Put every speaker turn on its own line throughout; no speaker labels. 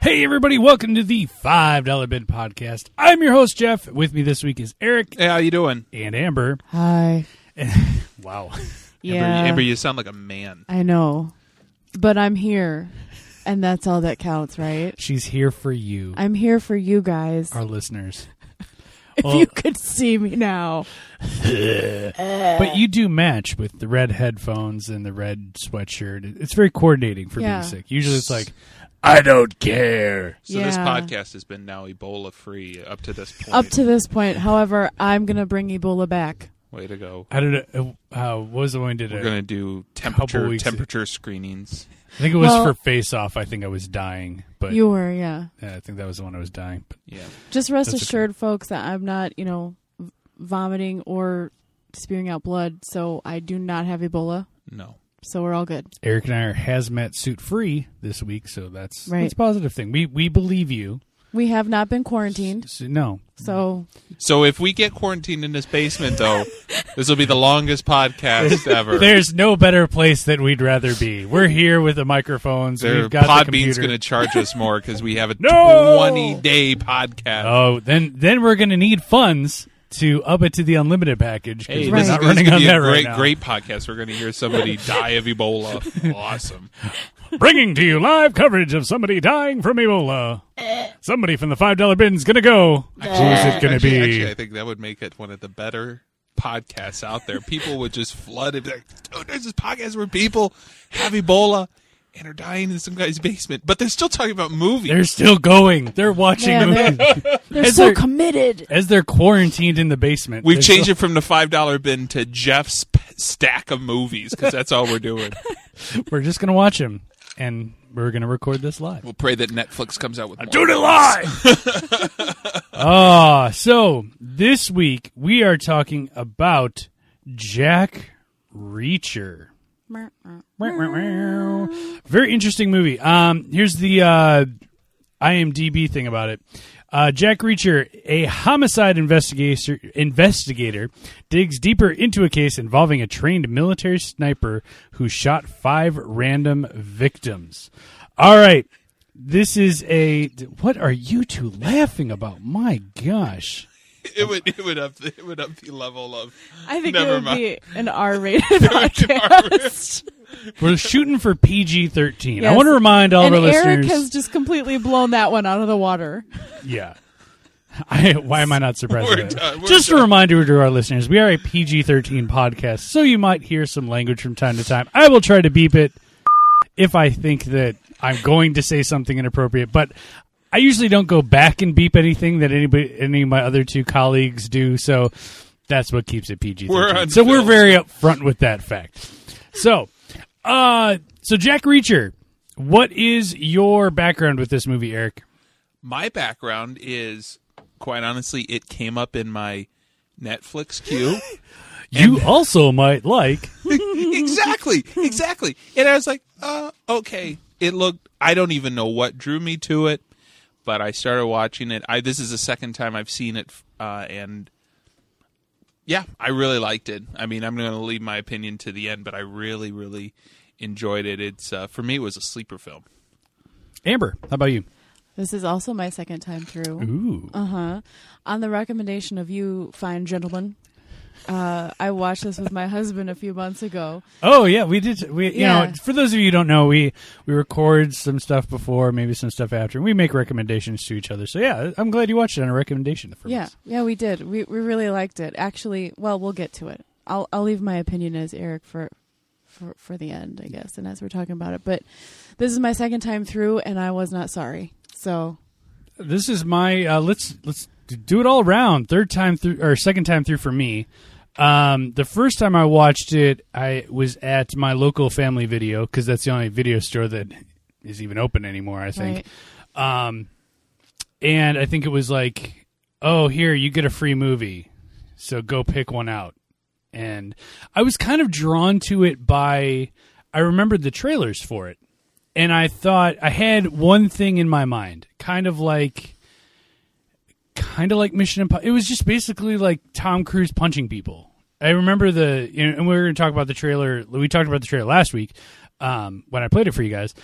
Hey, everybody, welcome to the $5 Bid Podcast. I'm your host, Jeff. With me this week is Eric
Hey, how you doing?
and Amber.
Hi.
Wow.
Yeah.
Amber, Amber, you sound like a man.
I know. But I'm here. And that's all that counts, right?
She's here for you,
I'm here for you guys.
our listeners.
if
well-
you could see me now. Uh,
But you do match with the red headphones and the red sweatshirt. It's very coordinating for
Yeah.
being sick. Usually it's like, I don't care.
So this
Yeah.
podcast has been now Ebola free up to this point.
Up to this point, however, I'm going to bring Ebola back.
Way to go.
I don't know. Uh, what was the one we did?
We're
it?
gonna do temperature
weeks-
temperature screenings.
I think it was
Well-
for Face Off. I think I was dying. But
You were, yeah.
yeah, I think that was the one I was dying. But
Yeah.
Just rest
That's okay.
assured, folks, that I'm not, you know, v- vomiting or spewing out blood, so I do not have Ebola.
No.
So we're all good.
Eric and I are hazmat suit free this week, so that's
Right.
that's a positive thing. We we believe you.
We have not been quarantined,
So, no,
so
So if we get quarantined in this basement, though, this will be the longest podcast ever.
there's no better place that we'd rather be. We're here with the microphones.
Their
We've got the
Podbean's
computer.
going to charge us more because we have a
No!
20 day podcast.
oh, then then we're gonna need funds to up it to the unlimited package because
Hey,
we're
Right.
this,
not
is- this
running
is gonna
on
be
that
a great,
right now.
great podcast. We're going to hear somebody die of Ebola. Awesome.
Bringing to you live coverage of somebody dying from Ebola. Somebody from the five dollar bin's gonna go. Who's it gonna
actually,
be?
Actually, I think that would make it one of the better podcasts out there. People would just flood it. be Like, Dude, there's this podcast where people have Ebola and are dying in some guy's basement, but they're still talking about movies.
They're still going. They're watching
Man, they're-
movies
they're
Is
so
there-
committed.
as they're quarantined in the basement.
We've
they're
changed
still-
it from the five dollar bin to Jeff's p- stack of movies because that's all we're doing.
We're just gonna watch him, and we're gonna record this live.
We'll pray that Netflix comes out with. more.
it live. Ah, so this week we are talking about Jack Reacher. Very interesting movie. Um, here's the uh, IMDb thing about it. Uh, Jack Reacher, a homicide investigator, investigator, digs deeper into a case involving a trained military sniper who shot five random victims. All right, this is a. What are you two laughing about? My gosh.
It would it would up the, it would up the level of.
I think
Never
it would
mind.
be an R-rated podcast.
We're shooting for PG 13. I
Yes.
want to remind all
and
of our
Eric
listeners.
has just completely blown that one out of the water.
Yeah. I, why am I not surprised?
We're
by that?
done, we're
Just
done.
a reminder to our listeners, we are a PG 13 podcast, so you might hear some language from time to time. I will try to beep it if I think that I'm going to say something inappropriate, but I usually don't go back and beep anything that anybody, any of my other two colleagues do, so that's what keeps it PG
We're
13. So we're
unfiltered.
very upfront with that fact. So, uh, so Jack Reacher, what is your background with this movie, Eric?
My background is quite honestly, it came up in my Netflix queue.
You also might like
exactly, exactly. And I was like, uh, okay. It looked. I don't even know what drew me to it, but I started watching it. I this is the second time I've seen it, uh, and yeah, I really liked it. I mean, I'm going to leave my opinion to the end, but I really, really enjoyed it. It's uh, for me, it was a sleeper film.
Amber. How about you?
This is also my second time through.
Ooh,
Uh huh. On the recommendation of you fine gentlemen, uh, I watched this with my husband a few months ago.
oh yeah, we did. We you know,
Yeah.
for those of you who don't know, we we record some stuff before, maybe some stuff after, and we make recommendations to each other. So yeah, I'm glad you watched it on a recommendation. For
Yeah,
us.
yeah, we did. We we really liked it. Actually, well, we'll get to it. I'll I'll leave my opinion as Eric for for for the end, I guess, and as we're talking about it. But this is my second time through, and I was not sorry. So
this is my uh, let's let's do it all around. Third time through or second time through for me. Um, the first time I watched it, I was at my local Family Video because that's the only video store that is even open anymore. I think.
right.
Um, and I think it was like, oh, here you get a free movie, so go pick one out. And I was kind of drawn to it by I remembered the trailers for it, and I thought I had one thing in my mind, kind of like, kind of like Mission Impossible. It was just basically like Tom Cruise punching people. I remember the, you know, and we were going to talk about the trailer. We talked about the trailer last week um, when I played it for you guys.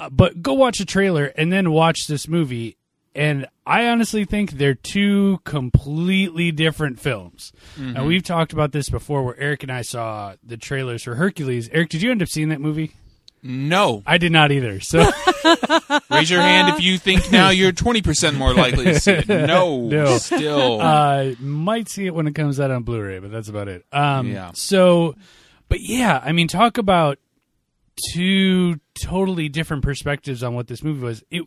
Uh, but go watch the trailer and then watch this movie. And I honestly think they're two completely different films. And we've talked about this before where Eric and I saw the trailers for Hercules. Eric, did you end up seeing that movie?
No.
I did not either. So,
Raise your hand if you think now you're 20% more likely to see it. No.
No.
Still.
uh, might see it when it comes out on Blu-ray, but that's about it. Um,
Yeah.
So, but yeah, I mean, talk about two totally different perspectives on what this movie was. It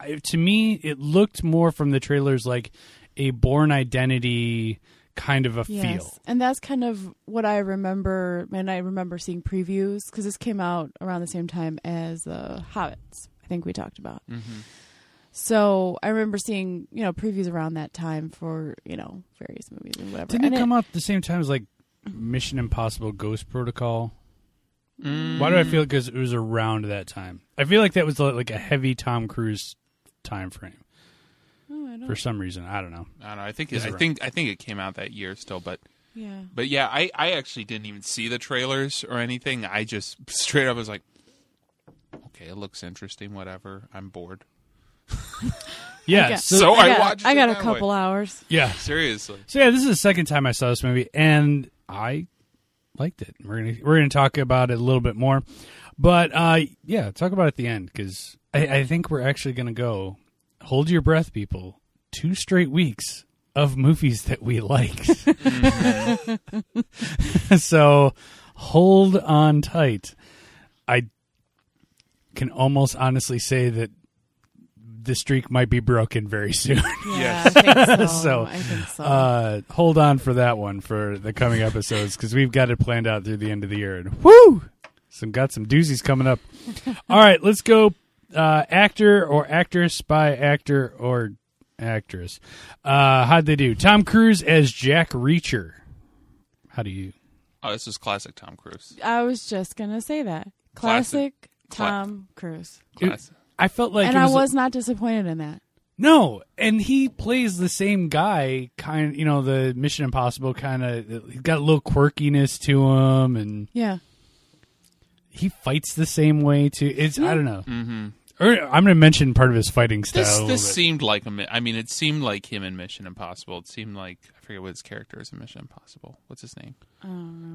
I- to me, it looked more from the trailers like a Born Identity kind of a feel.
And that's kind of what I remember. And I remember seeing previews because this came out around the same time as the Hobbits. I think we talked about.
Mm. Mm-hmm.
So I remember seeing you know previews around that time for you know various movies and whatever.
Didn't
and
it come out the same time as like Mission Impossible: Ghost Protocol?
Mm,
Why do I feel because it was around that time? I feel like that was like a heavy Tom Cruise time frame.
Oh, I don't-
for some reason. I don't know.
I don't know. I think
Is
it,
it
I
right?
think I think it came out that year still, but
yeah.
but yeah, I I actually didn't even see the trailers or anything. I just straight up was like, okay, it looks interesting. Whatever. I'm bored.
Yeah.
guess.
so,
So Oh, I
got,
watched
I
it
got a
that
couple hours.
yeah.
Seriously.
So yeah, this is the second time I saw this movie, and I liked it. We're gonna we're gonna talk about it a little bit more, but uh, yeah, talk about it at the end because I, I think we're actually gonna go. Hold your breath, people. Two straight weeks of movies that we liked. so hold on tight. I can almost honestly say that the streak might be broken very soon.
Yeah,
Yes.
I think so.
So,
I think so.
Uh, hold on for that one for the coming episodes because we've got it planned out through the end of the year. And whoo, some got some doozies coming up. All right, let's go. Uh, actor or actress by actor or actress. Uh, how'd they do? Tom Cruise as Jack Reacher. How do you?
Oh, this is classic Tom Cruise.
I was just gonna say that classic,
Classic. Cla-
Tom Cruise,
Classic.
I felt like
and
it
I
was,
was not disappointed in that.
no, and he plays the same guy. Kind, you know, the Mission Impossible kind of. He's got a little quirkiness to him, and
Yeah,
he fights the same way too. It's I don't know. Mm-hmm. Or I'm going to mention part of his fighting style.
This
a
this
little bit.
seemed like a mi- I mean, it seemed like him in Mission Impossible. It seemed like I forget what his character is in Mission Impossible. What's his name?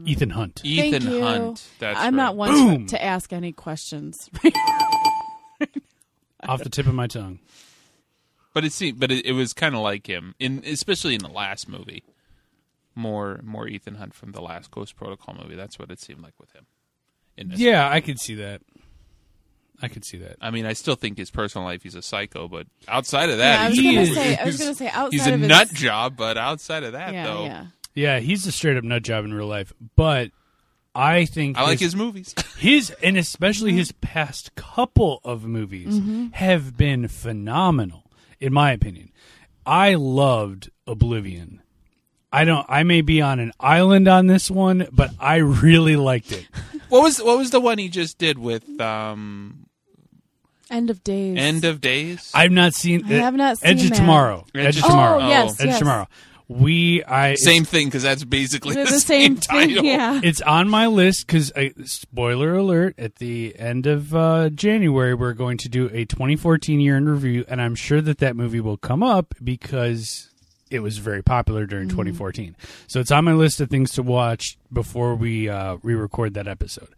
Ethan Hunt.
Ethan
Thank you.
Hunt. That's
I'm
right.
not one
Boom.
to ask any questions.
Off the tip of my tongue.
But it seemed, but it, it was kind of like him in, especially in the last movie. More, more Ethan Hunt from the last Ghost Protocol movie. That's what it seemed like with him. In this
Yeah, I could see that. I could see that.
I mean, I still think his personal life he's a psycho, but outside of
Yeah, I
that,
was
he's a
gonna
cool-
say- I was gonna say outside
he's a
of his-
nut job. But outside of that,
yeah,
though,
yeah.
Yeah, he's a straight up nut job in real life, but I think
I like
his
his movies.
his Mm-hmm. and especially his past couple of movies have been phenomenal in my opinion. I loved Oblivion. I don't I may be on an island on this one, but I really liked it.
what was what was the one he just did with um,
End of days.
End of Days?
I've not seen.
I have not
Edge
seen
of
that.
Tomorrow. Edge, of
Oh,
Tomorrow.
Oh yes,
Oh.
Edge
yes.
of Tomorrow. We I it's-
same thing because that's basically
They're
the,
the same thing.
title.
Yeah.
It's on my list because spoiler alert: at the end of uh, January, we're going to do a 2014 year in review, and I'm sure that that movie will come up because it was very popular during
Mm-hmm.
2014. So it's on my list of things to watch before we uh, re-record that episode.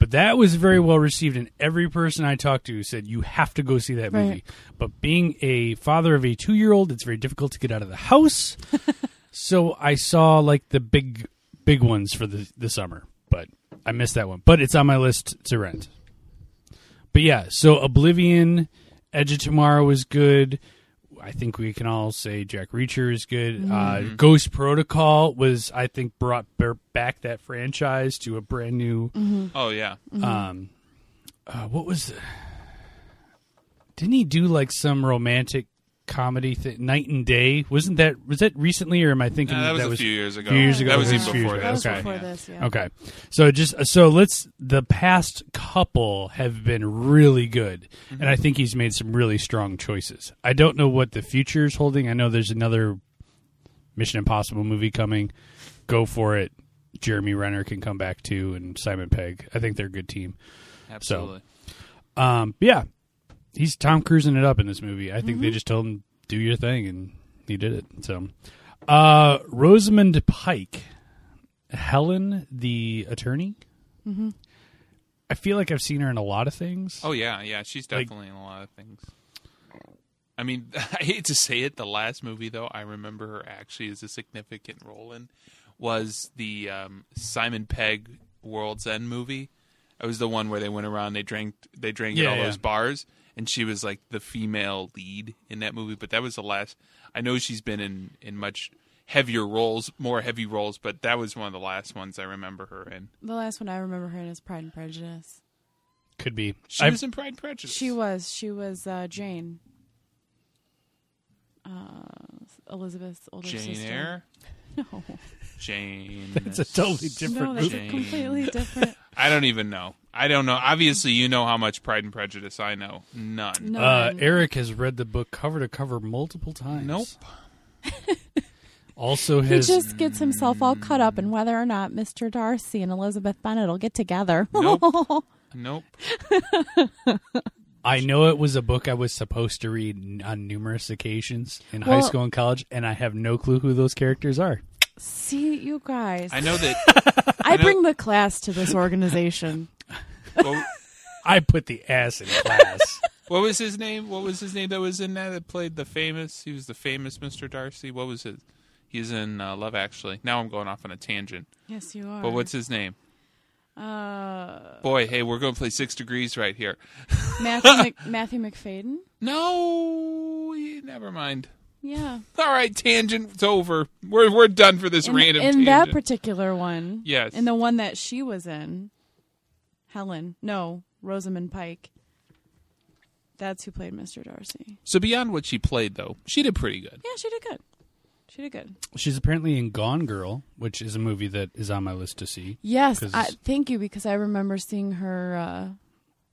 But that was very well received, and every person I talked to said you have to go see that
Right.
movie. But being a father of a two-year-old, it's very difficult to get out of the house. So I saw like the big big ones for the the summer, but I missed that one. But it's on my list to rent. But yeah, so Oblivion, Edge of Tomorrow was good. I think we can all say Jack Reacher is good. Uh, Ghost Protocol was, I think, brought ba- back that franchise to a brand new.
Oh yeah,
Um, uh, what was? The, didn't he do like some romantic comedy thing? Night and Day wasn't that? Was that recently, or am I thinking
Uh, that was a
was
few years ago.
few years ago.
That was
Yeah.
even
Few years
before
ago.
that
that.
was
Okay.
before
Yeah.
this. Yeah.
Okay. So just uh, so let's the past couple have been really good and I
Mm-hmm.
think he's made some really strong choices. I don't know what the future is holding. I know there's another Mission Impossible movie coming. Go for it. Jeremy Renner can come back too, and Simon Pegg. I think they're a good team.
Absolutely.
Um, but yeah, he's Tom Cruising it up in this movie. I think
Mm-hmm.
they just told him do your thing, and he did it. So, uh, Rosamund Pike, Helen the attorney.
Mm-hmm.
I feel like I've seen her in a lot of things.
Oh yeah, yeah. She's
Like-
definitely in a lot of things. I mean, I hate to say it. The last movie though, I remember her actually as a significant role in was the um, Simon Pegg World's End movie. It was the one where they went around, they drank, they drank
Yeah,
at all
yeah.
those bars, and she was like the female lead in that movie. But that was the last. I know she's been in in much heavier roles, more heavy roles, but that was one of the last ones I remember her in.
The last one I remember her in is Pride and Prejudice.
Could be.
She
I-
was in Pride and Prejudice.
She was. She was uh, Jane. Uh, Elizabeth's older
Jane
sister.
Eyre.
No,
Jane.
That's a totally different
no, that's
movie.
Jane.
completely different.
I don't even know. I don't know. Obviously, you know how much Pride and Prejudice I know. None.
No,
Uh, Eric has read the book cover to cover multiple times.
Nope.
Also,
he
his
just gets himself all caught up in whether or not Mr. Darcy and Elizabeth Bennet will get together.
Nope. Nope.
I know it was a book I was supposed to read n- on numerous occasions in high
Well-
school and college, and I have no clue who those characters are.
See, you guys.
I know that.
I
know-
bring the class to this organization.
What,
I put the ass in class.
what was his name? What was his name that was in that that played the famous? He was the famous Mr. Darcy. What was his? He's in uh, Love Actually. Now I'm going off on a tangent.
yes, you are.
But what's his name?
uh,
Boy, hey, we're going to play Six Degrees right here.
Matthew, Mc, Matthew McFadden?
No, yeah, never mind.
Yeah.
All right, tangent's over. We're we're done for this
In,
random.
in that
tangent.
particular one.
Yes.
In the one that she was in, Helen. No, Rosamund Pike. That's who played Mr. Darcy.
so beyond what she played, though, she did pretty good.
Yeah, she did good. She did good.
She's apparently in Gone Girl, which is a movie that is on my list to see.
Yes,
'Cause-
I, thank you because I remember seeing her uh,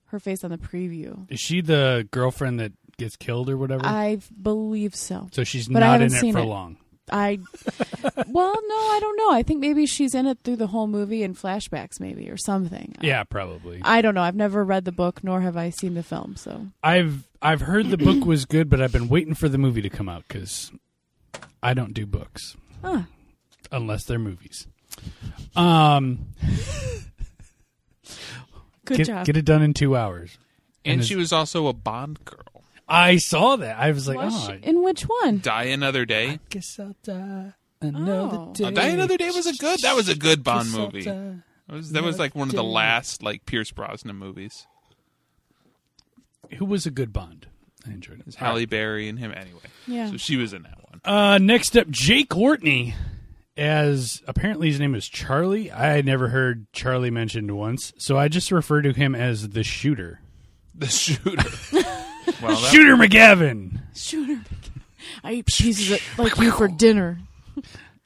her face on the preview.
Is she the girlfriend that gets killed or whatever?
I believe so.
so she's
but I
not
haven't
in it
seen
for
it.
long.
I well, no, I don't know. I think maybe she's in it through the whole movie and flashbacks, maybe or something.
Yeah, probably.
I don't know. I've never read the book nor have I seen the film. So
I've I've heard the book was good, but I've been waiting for the movie to come out because I don't do books
Huh.
unless they're movies. Um,
good
get,
job.
get it done in two hours.
And,
And
she was also a Bond girl.
I saw that. I was like,
Was
oh,
she- in which one?
Die Another Day.
guess I'll die another
Oh.
day.
Uh, Die Another Day was a good. That was a good Bond
Guess I'll
movie. That
die.
was, that was like one of the last like Pierce Brosnan movies.
Who was a good Bond? I enjoyed it.
It was Halle Berry and him anyway.
Yeah.
So she was in that one.
Uh, next up, Jake Courtney. As apparently his name is Charlie. I never heard Charlie mentioned once, so I just refer to him as the shooter.
The shooter. well, that,
Shooter McGavin.
Shooter. I eat pieces of it like you for dinner.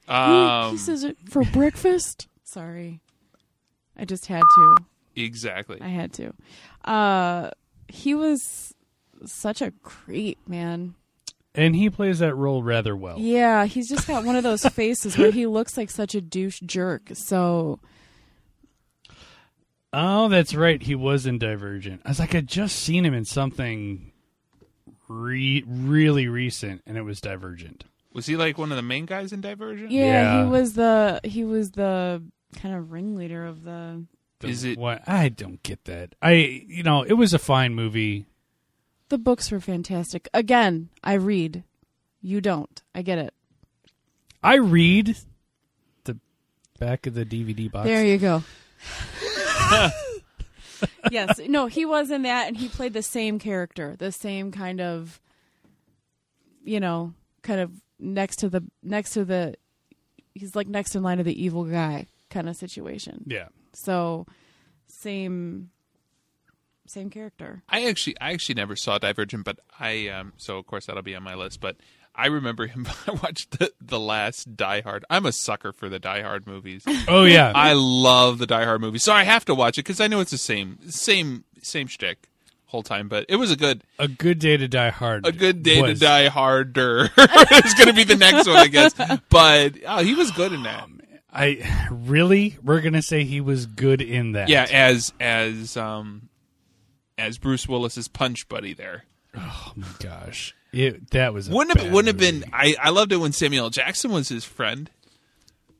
Um,
pieces of it for breakfast. Sorry, I just had to.
exactly.
I had to. Uh, he was such a creep, man.
And he plays that role rather well.
Yeah, he's just got one of those faces where he looks like such a douche jerk. So
Oh, that's right. He was in Divergent. I was like, I just seen him in something re- really recent, and it was Divergent.
Was he like one of the main guys in Divergent?
yeah,
Yeah.
he was the he was the kind of ringleader of the.
The-
Is it-
What? I don't get that. I, you know, it was a fine movie.
The books were fantastic. Again, I read. You don't. I get it.
I read the back of the DVD box.
There you go. yes. No, he was in that and he played the same character, the same kind of you know, kind of next to the next to the he's like next in line to the evil guy kind of situation.
yeah.
So same same character.
I actually, I actually never saw Divergent, but I um, so of course that'll be on my list. But I remember him. I watched the the last Die Hard. I'm a sucker for the Die Hard movies.
Oh yeah.
I love the Die Hard movie, so I have to watch it because I know it's the same, same, same shtick whole time. But it was a good,
a good day to die hard.
a good day
was-
to die harder. it's going to be the next one, I guess. But oh, he was good in that.
I really we're gonna say he was good in that.
Yeah, as as um as Bruce Willis's punch buddy there.
Oh my gosh, it, that was a
Wouldn't have,
bad
wouldn't have
movie.
been. I I loved it when Samuel L. Jackson was his friend.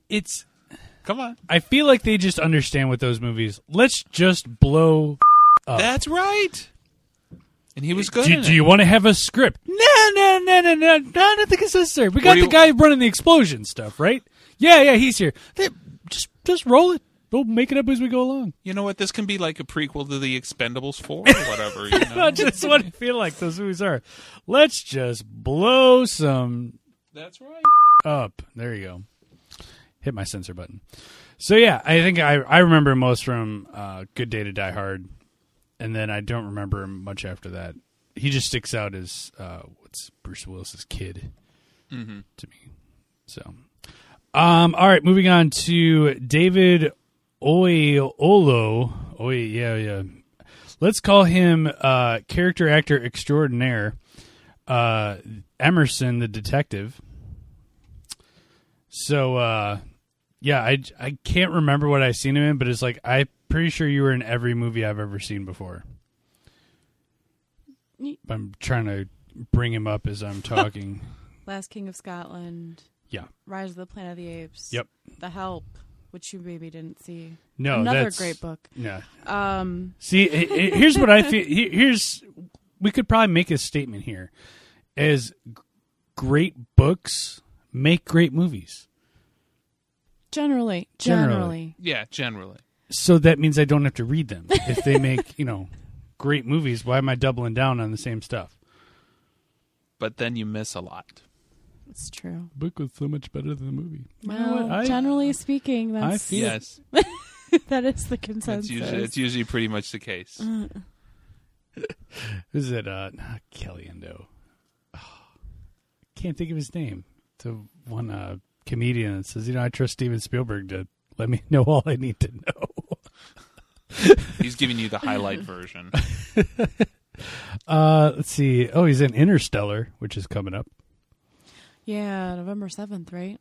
It's.
Come on,
I feel like they just understand with those movies. Let's just blow.
that's right. And he was good.
Do,
in
do
it.
Oh. you want to have a script? No, no, no, no, no, no, nothing is necessary. We got
do
the
you-
guy running the explosion stuff, right? Yeah, yeah, he's here. They- just, just roll it. We'll make it up as we go along.
You know what? This can be like a prequel to The Expendables four or whatever. You know?
That's just what I feel like those movies are. Let's just blow some
that's right.
up. There you go. Hit my censor button. So yeah, I think I I remember most from uh, Good Day to Die Hard, and then I don't remember him much after that. He just sticks out as uh, what's Bruce Willis's kid to me. So, um, all right, moving on to David Oyeolo. Oy, yeah, yeah. Let's call him uh, character actor extraordinaire, uh, Emerson the detective. So uh yeah, I I can't remember what I seen him in, but it's like I'm pretty sure you were in every movie I've ever seen before.
Ye-
I'm trying to bring him up as I'm talking.
Last King of Scotland,
yeah.
Rise of the Planet of the Apes.
Yep.
The Help, which you maybe didn't see.
No,
Another
that's
great book.
Yeah.
Um,
See, i- i- here's what I feel. he- Here's we could probably make a statement here: as great books make great movies.
generally,
Generally.
generally,
Yeah, generally.
So that means I don't have to read them if they make you know great movies. Why am I doubling down on the same stuff?
But then you miss a lot.
it's true.
book was so much better than the movie.
Well, generally speaking, that's,
feel- Yeah.
Yes,
that is the
that's
consensus.
usually it's usually pretty much the case.
Uh,
This is it, uh, not Caliendo. Can't think of his name. The one uh, comedian that says, you know, I trust Steven Spielberg to let me know all I need to know.
He's giving you the highlight version.
Uh, let's see. Oh, he's in Interstellar, which is coming up.
yeah, November seventh, right?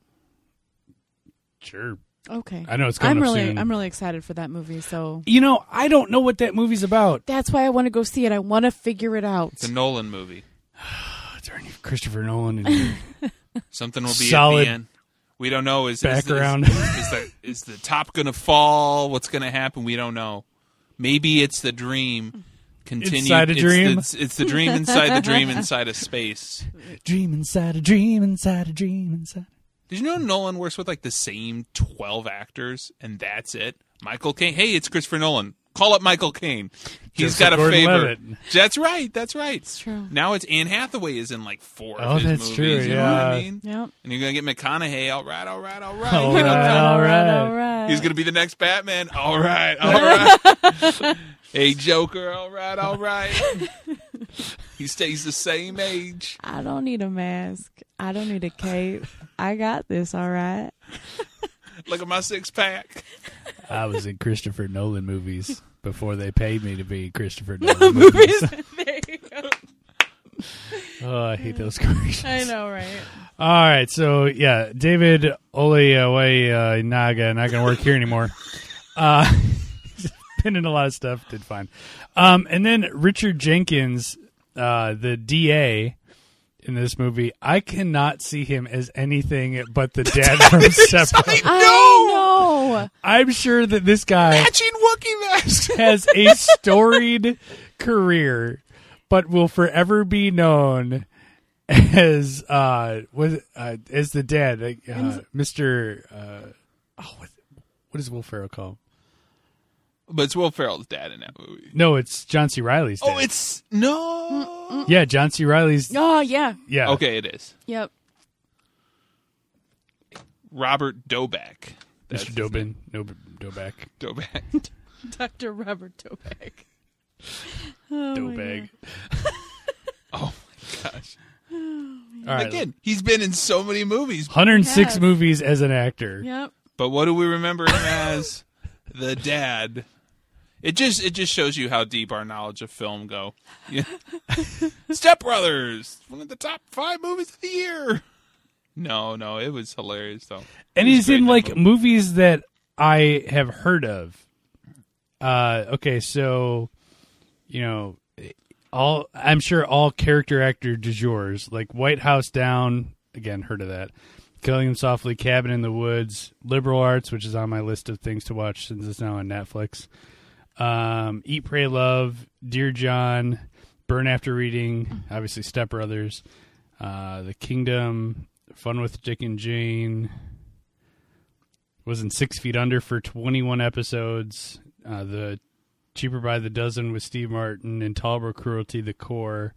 Sure.
Okay.
I know it's coming
I'm
up
really,
soon.
I'm really excited for that movie. So
you know, I don't know what that movie's about.
that's why I want to go see it. I want to figure it out.
It's a Nolan movie.
Oh, darn you, Christopher Nolan and your
Something will be at
Solid
the end. We don't know. Is is the-
background.
is the is the top gonna fall? What's gonna happen? We don't know. Maybe it's the dream. Continue.
Inside a
it's
dream?
The, it's, it's the dream inside the dream inside of space.
dream inside a dream inside a dream inside.
Did you know Nolan works with like the same twelve actors, and that's it? Michael Caine. Hey, it's Christopher Nolan. Call up Michael Caine. He's
Joseph
got a
Gordon-Levitt.
favor. That's right. That's right. It's
true.
Now it's Anne Hathaway is in like four
Oh,
of his
that's
movies.
true,
You know what I
yeah.
mean?
Yep.
And you're gonna get McConaughey. All right. All right. All right.
All
You know,
right.
all right,
all
all right.
He's gonna be the next Batman. All right, all right. hey, Joker. All right, all right. he stays the same age.
I don't need a mask. I don't need a cape. I got this. All right.
Look at my six pack.
I was in Christopher Nolan movies before they paid me to be in Christopher Nolan movies.
there you go.
oh, I hate those commercials.
I know, right?
All right, so yeah, David Oleaway uh, Naga, not going to work here anymore. Uh, been in a lot of stuff, did fine. Um, and then Richard Jenkins, uh, the DA in this movie, I cannot see him as anything but the dad from Seppo.
I know.
I'm sure that this guy
Matching Wookie mask.
has a storied career, but will forever be known as uh was uh, as the dad, like, uh, Mister. Uh, oh, what, what is Will Ferrell called?
but it's Will Ferrell's dad in that movie.
No, it's John C. Riley's.
Oh, it's no.
yeah, John C. Riley's.
Oh yeah.
Yeah,
Okay, it is
Yep.
Robert Doback. That's
Mister Dobin, no, Doback,
Doback.
Dr. Robert Tobag.
Dobag.
Oh my gosh!
All right,
Again, he's been in so many movies,
106
Yes.
movies as an actor.
Oh, Yep.
But what do we remember him as? The dad. It just it just shows you how deep our knowledge of film go. Yeah. Step Brothers, one of the top five movies of the year. No, no, it was hilarious though.
and
It was
he's
great
in
that
like
movie.
movies that I have heard of. Uh, okay, so you know, all I'm sure all character actor du jours like White House Down again, heard of that? Killing Him Softly, Cabin in the Woods, Liberal Arts, which is on my list of things to watch since it's now on Netflix. Um, Eat, Pray, Love, Dear John, Burn After Reading, obviously Step Brothers, uh, The Kingdom, Fun with Dick and Jane, was in Six Feet Under for 21 episodes. Uh, the Cheaper by the Dozen with Steve Martin, Intolerable Cruelty, The Core,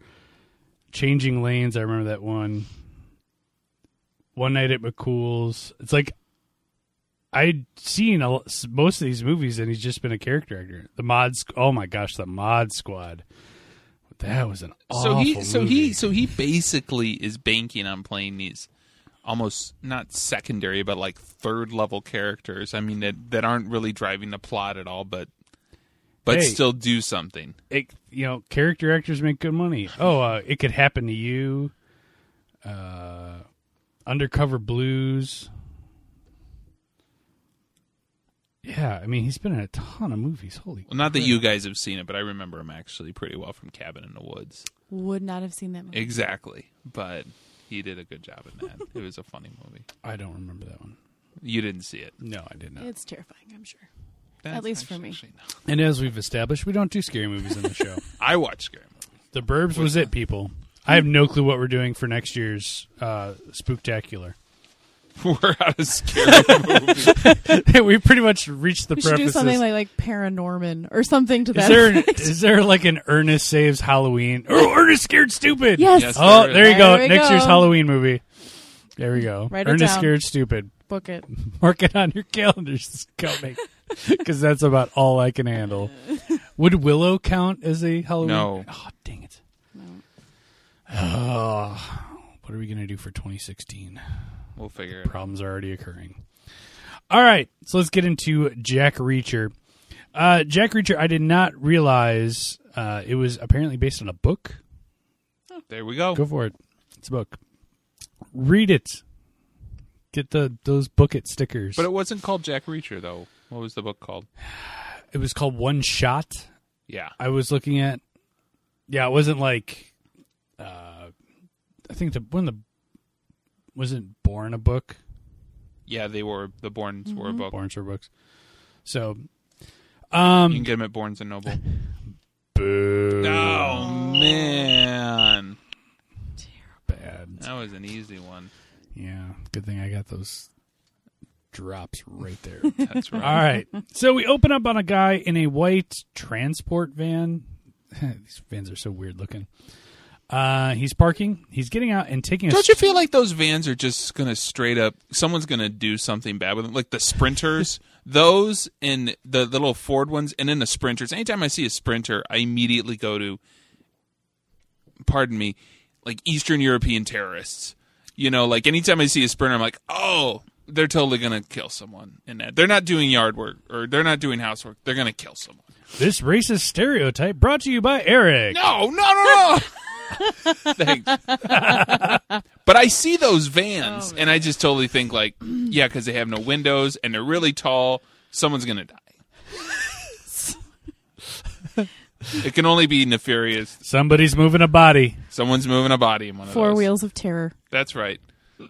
Changing Lanes. I remember that one. One Night at McCool's. It's like I'd seen a, lo- s- most of these movies, and he's just been a character actor. The Mod. Squ- Oh my gosh, the Mod Squad. That was an awful
so he so
movie.
he so he basically is banking on playing these almost not secondary but like third level characters. I mean that that aren't really driving the plot at all, but but
Hey.
still do something.
it, you know, character actors make good money. Oh, uh, it could happen to you. Uh, Undercover Blues. Yeah, I mean, he's been in a ton of movies. Holy,
Well, not that you guys have seen it, but I remember him actually pretty well from Cabin in the Woods.
Would not have seen that movie.
Exactly, but he did a good job in that. it was a funny movie.
I don't remember that one.
You didn't see it,
No, I did not.
It's terrifying, I'm sure.
That's
least for me.
actually not-
and as we've established, we don't do scary movies on the show.
I watched scary movies.
the Burbs was it, people. I have no clue what we're doing for next year's uh, spooktacular.
We're out of scary movies.
we pretty much reached the
We should do
prefaces.
something like like Paranorman or something to
Is
that.
there an,
effect.
is there like an Ernest saves Halloween? Oh, Ernest scared stupid.
Yes.
Yes.
Oh,
There
there you
is.
go.
There we
Next year's
go.
Halloween movie. There we go.
Write it
Ernest
down.
scared stupid.
Book it.
Mark it on your calendars. It's coming because that's about all I can handle. Would Willow count as a Halloween?
No.
Oh, dang it.
No.
Oh, what are we gonna do for 2016?
We'll figure it out.
problems are already occurring. All right, so let's get into Jack Reacher. Uh, Jack Reacher, I did not realize uh, it was apparently based on a book.
There we go.
Go for it. It's a book. Read it. Get the those book it stickers.
But it wasn't called Jack Reacher though. What was the book called?
it was called One Shot.
Yeah.
I was looking at. Yeah, it wasn't like. Uh, I think the when the wasn't born a book.
Yeah, they were the Bournes were a book.
Borns were books. So, um,
You can get them at Bournes and Noble.
boo.
oh man,
bad.
that was an easy one.
Yeah, good thing I got those drops right there.
That's right.
All right, so we open up on a guy in a white transport van. These vans are so weird looking. Uh, he's parking. He's getting out and taking a.
Don't you feel like those vans are just gonna straight up? Someone's gonna do something bad with them, like the Sprinters, those, and the, the little Ford ones, and then the Sprinters. Anytime I see a Sprinter, I immediately go to, pardon me, like Eastern European terrorists. You know, like anytime I see a Sprinter, I'm like, oh, they're totally gonna kill someone in that. They're not doing yard work or they're not doing housework. They're gonna kill someone.
this racist stereotype brought to you by Eric.
No, no, no, no. Thanks. but I see those vans, and I just totally think like, yeah, because they have no windows and they're really tall. Someone's gonna die. it can only be nefarious.
Somebody's moving a body.
Someone's moving a body in one of
Four
those.
Wheels of Terror.
That's right.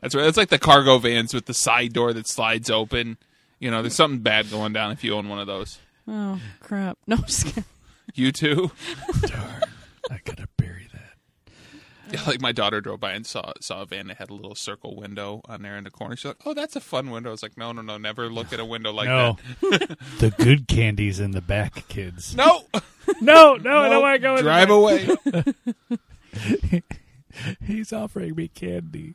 That's right. That's like the cargo vans with the side door that slides open. You know, there's something bad going down if you own one of those.
Oh crap! No, I'm just kidding.
You too.
Darn, I gotta bury that.
Yeah, like my daughter drove by and saw saw a van that had a little circle window on there in the corner. She's like, "Oh, that's a fun window." I was like, "No, no, no, never look at a window like
no,
that."
the good candy's in the back, kids.
No,
No, no, I don't
No.
want to go. in the
Drive
back.
away.
He's offering me candy.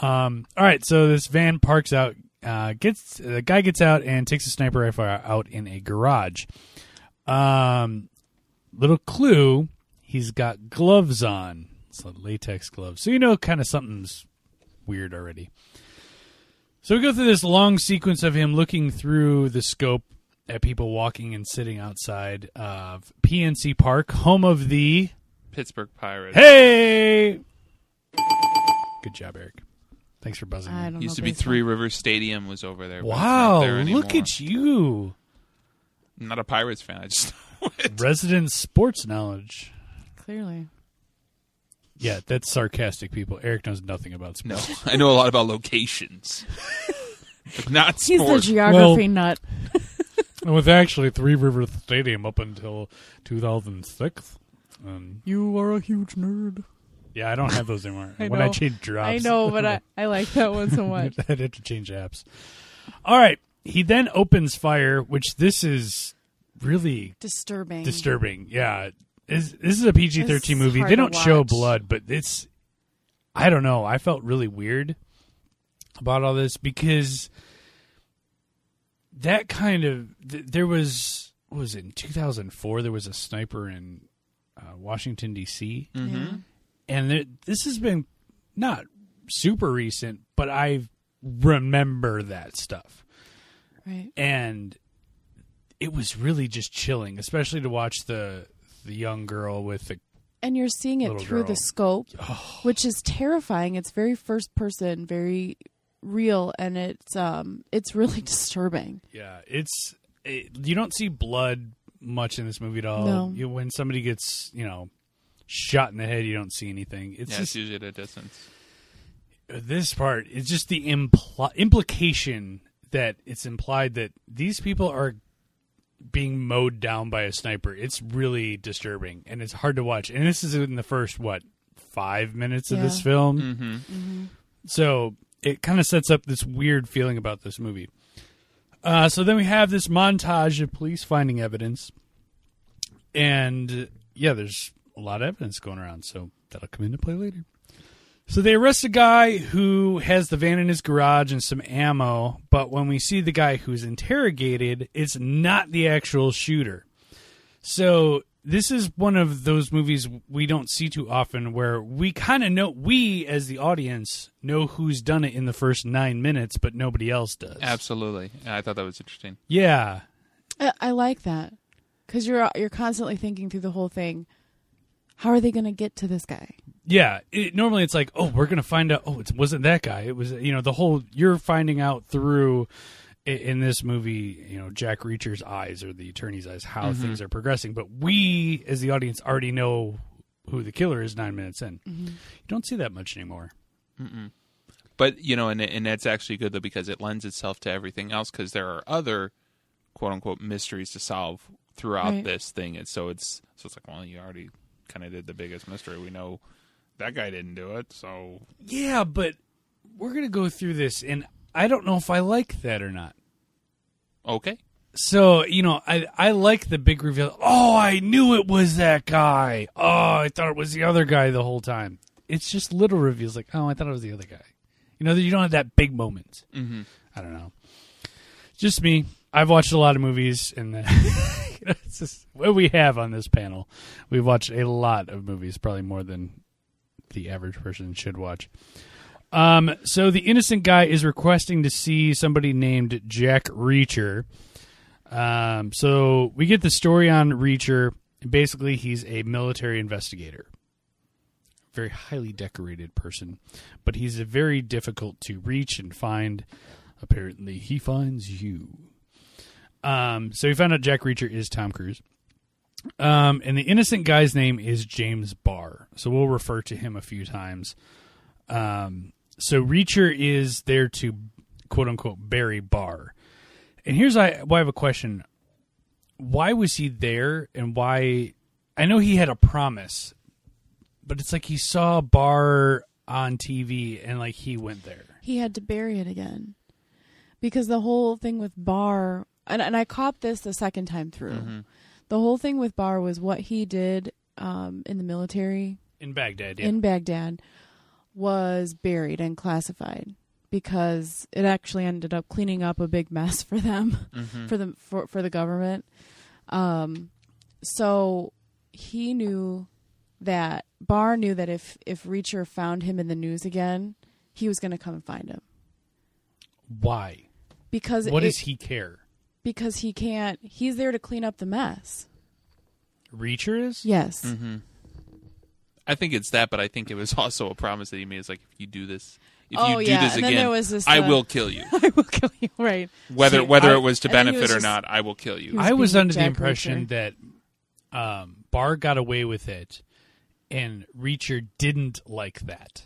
Um. All right. So this van parks out. Uh, gets the guy gets out and takes a sniper rifle out in a garage. Um, little clue: he's got gloves on. It's like latex gloves, so you know kind of something's weird already. So we go through this long sequence of him looking through the scope at people walking and sitting outside of PNC Park, home of the
Pittsburgh Pirates.
Hey! Good job, Eric. Thanks for buzzing.
I
in.
don't
Used to
know
be
baseball.
Three Rivers Stadium was over there. but it's not
Wow,
there anymore.
look at you.
I'm not a Pirates fan. I just know it.
Resident sports knowledge.
Clearly,
Yeah, that's sarcastic, people. Eric knows nothing about sports.
No, I know a lot about locations, but not
he's the
sports.
geography
Well-
nut.
It was actually Three River Stadium up until 2006. Um,
You are a huge nerd.
yeah, I don't have those anymore.
I
when I
know.
change drops,
I know, but I, I like that one so much.
I had to change apps. All right. He then opens fire, which this is really
Disturbing.
disturbing. Yeah. Is this is a PG
This
thirteen
is
movie.
hard
They
to
don't show
watch.
blood, but it's I don't know. I felt really weird about all this because that kind of th- there was what was it in 2004 there was a sniper in uh, Washington D.C
Yeah.
and there, this has been not super recent, but I remember that stuff,
Right.
and it was really just chilling, especially to watch the the young girl with the
And you're seeing it
Little girl.
through
Oh.
the scope, which is terrifying. It's very first person, very real, and it's um it's really disturbing.
yeah. It's it, you don't see blood much in this movie at all.
No.
You, when somebody gets you know shot in the head, you don't see anything. It's
Yeah,
just
it's usually at a distance.
this part is just the impl- implication that it's implied that these people are being mowed down by a sniper. It's really disturbing and it's hard to watch. And this is in the first what five minutes of
Yeah.
this film,
Mm-hmm.
so it kind of sets up this weird feeling about this movie. Uh, so then we have this montage of police finding evidence, and uh, yeah, there's a lot of evidence going around, so that'll come into play later. So they arrest a guy who has the van in his garage and some ammo, but when we see the guy who's interrogated, it's not the actual shooter. So this is one of those movies we don't see too often where we kind of know we as the audience know who's done it in the first 9 minutes but nobody else does.
Absolutely, and I thought that was interesting.
Yeah.
I, I like that because you're you're constantly thinking through the whole thing. How are they going to get to this guy?
Yeah, it, normally it's like, "Oh, we're going to find out oh, it wasn't that guy. It was you know, the whole you're finding out through i- in this movie, you know, Jack Reacher's eyes or the attorney's eyes how things are progressing, but we as the audience already know who the killer is 9 minutes in. You don't see that much anymore.
But you know, and and that's actually good though because it lends itself to everything else because there are other quote unquote mysteries to solve throughout
Right.
this thing, and so it's so it's like well, you already kind of did the biggest mystery. We know that guy didn't do it, so
Yeah, but we're going to go through this, and I don't know if I like that or not.
okay.
So, you know, I, I like the big reveal. Oh, I knew it was that guy. Oh, I thought it was the other guy the whole time. It's just little reveals like, oh, I thought it was the other guy. You know, you don't have that big moment.
Mhm.
I don't know. Just me. I've watched a lot of movies, and uh, you know, it's just what we have on this panel. We've watched a lot of movies, probably more than the average person should watch. Um, so the innocent guy is requesting to see somebody named Jack Reacher. Um, so we get the story on Reacher. Basically, he's a military investigator, very highly decorated person, but he's very difficult to reach and find. Apparently, he finds you. Um, so we found out Jack Reacher is Tom Cruise. Um, and the innocent guy's name is James Barr. So we'll refer to him a few times. Um, so Reacher is there to quote unquote bury Barr. And here's I, why I have a question. Why was he there and why? I know he had a promise, but it's like he saw Barr on TV and like he went there.
he had to bury it again because the whole thing with Barr and and I caught this the second time through. The whole thing with Barr was what he did um, in the military
In Baghdad, yeah.
in Baghdad was buried and classified because it actually ended up cleaning up a big mess for them
Mm-hmm.
for the for, for the government. Um, so he knew that Barr knew that if if Reacher found him in the news again, he was going to come and find him
why?
because
What
it-
does he care?
because he can't he's there to clean up the mess
Reacher
Mm-hmm.
is?
yes
I think it's that, but I think it was also a promise that he made. It's like if you do this, if
Oh,
you do
yeah.
this
And then
again,
there was this,
I
uh,
will kill you.
I will kill you. Right.
Whether
See,
whether
I-
it was to
I think he
benefit
was
or
just-
not, I will kill you.
was
I was
being
under the
Jack
impression that um, Barr got away with it, and Reacher didn't like that.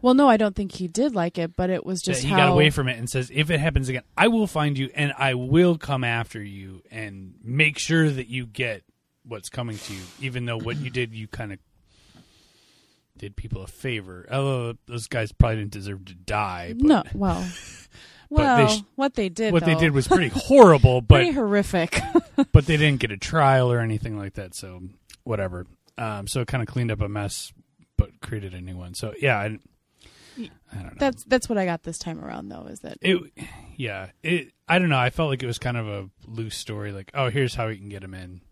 Well, no, I don't think he did like it, but it was
That
just
he
how
got away from it and says, "If it happens again, I will find you and I will come after you and make sure that you get what's coming to you, even though what you did, you kind of." Did people a favor? Although those guys probably didn't deserve to die. But
no. Well,
But
well,
they sh-
what they did,
what they
though,
did was pretty horrible, but
pretty horrific.
but they didn't get a trial or anything like that. So whatever. Um, so it kind of cleaned up a mess, but created a new one. So yeah, I, I don't know.
that's that's what I got this time around, though. Is that
it, yeah, it. I don't know. I felt like it was kind of a loose story. Like, oh, here's how we can get him in.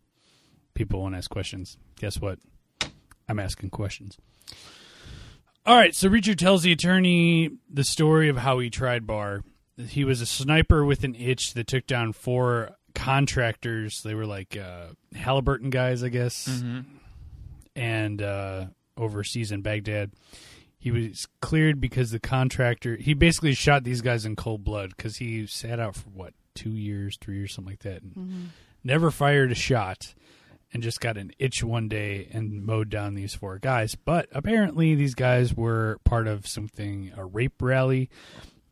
People won't ask questions. Guess what? I'm asking questions. All right. So Reacher tells the attorney the story of how he tried Barr. He was a sniper with an itch that took down four contractors. They were like uh, Halliburton guys, I guess,
Mm-hmm.
and uh, overseas in Baghdad he was cleared because the contractor he basically shot these guys in cold blood because he sat out for what two years three years something like that and never fired a shot and just got an itch one day and mowed down these four guys but apparently these guys were part of something a rape rally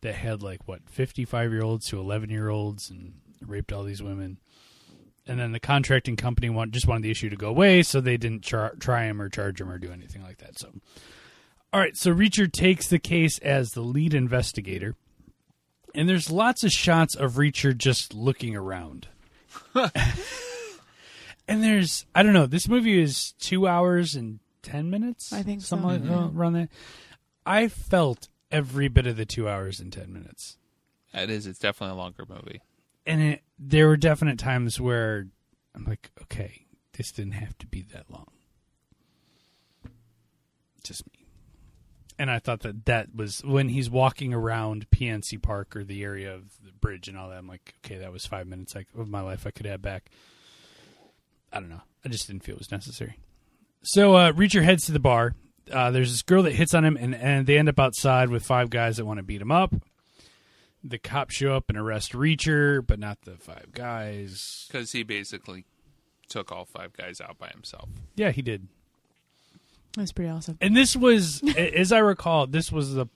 that had like what 55 year olds to 11 year olds and raped all these women and then the contracting company want, just wanted the issue to go away so they didn't char- try him or charge him or do anything like that so all right, so Reacher takes the case as the lead investigator, and there's lots of shots of Reacher just looking around. and there's, I don't know, this movie is two hours and 10 minutes?
I think so,
something like-
yeah.
around that. I felt every bit of the two hours and 10 minutes.
That is, it's definitely a longer movie.
And it, there were definite times where I'm like, okay, this didn't have to be that long. Just me. and I thought that that was when he's walking around PNC Park or the area of the bridge and all that. I'm like, okay, that was five minutes I- of my life I could have back. I don't know. I just didn't feel it was necessary. So uh, Reacher heads to the bar. Uh, there's this girl that hits on him, and, and they end up outside with five guys that want to beat him up. The cops show up and arrest Reacher, but not the five guys.
because he basically took all five guys out by himself.
Yeah, he did.
that's pretty awesome.
And this was, a- as I recall, this was the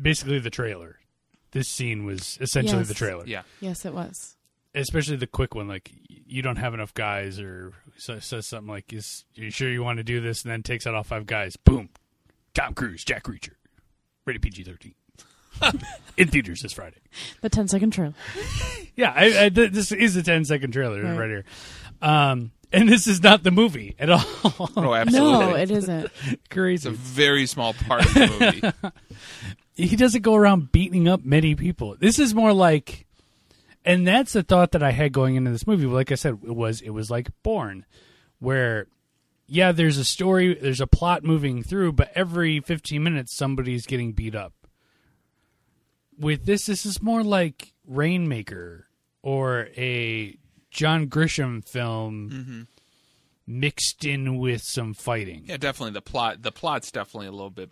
basically the trailer. This scene was essentially
Yes.
the trailer,
Yeah,
Yes, it was.
Especially the quick one, like y- you don't have enough guys, or so, says something like, "Is you sure you want to do this?" And then takes out all five guys. Boom, Tom Cruise, Jack Reacher, rated PG thirteen, in theaters this Friday.
The 10 second trailer.
Yeah, I, I, th- this is the 10 second trailer right,
Right.
here, um, and this is not the movie at all.
no, Oh, absolutely.
No, it isn't.
it's a
Crazy.
very small part of the movie.
he doesn't go around beating up many people. This is more like, and that's the thought that I had going into this movie. Like I said, it was it was like Born, where yeah, there's a story, there's a plot moving through, but every 15 minutes somebody's getting beat up. With this, this is more like Rainmaker or a John Grisham film. Mixed in with some fighting,
Mm-hmm. yeah, definitely the plot. The plot's definitely a little bit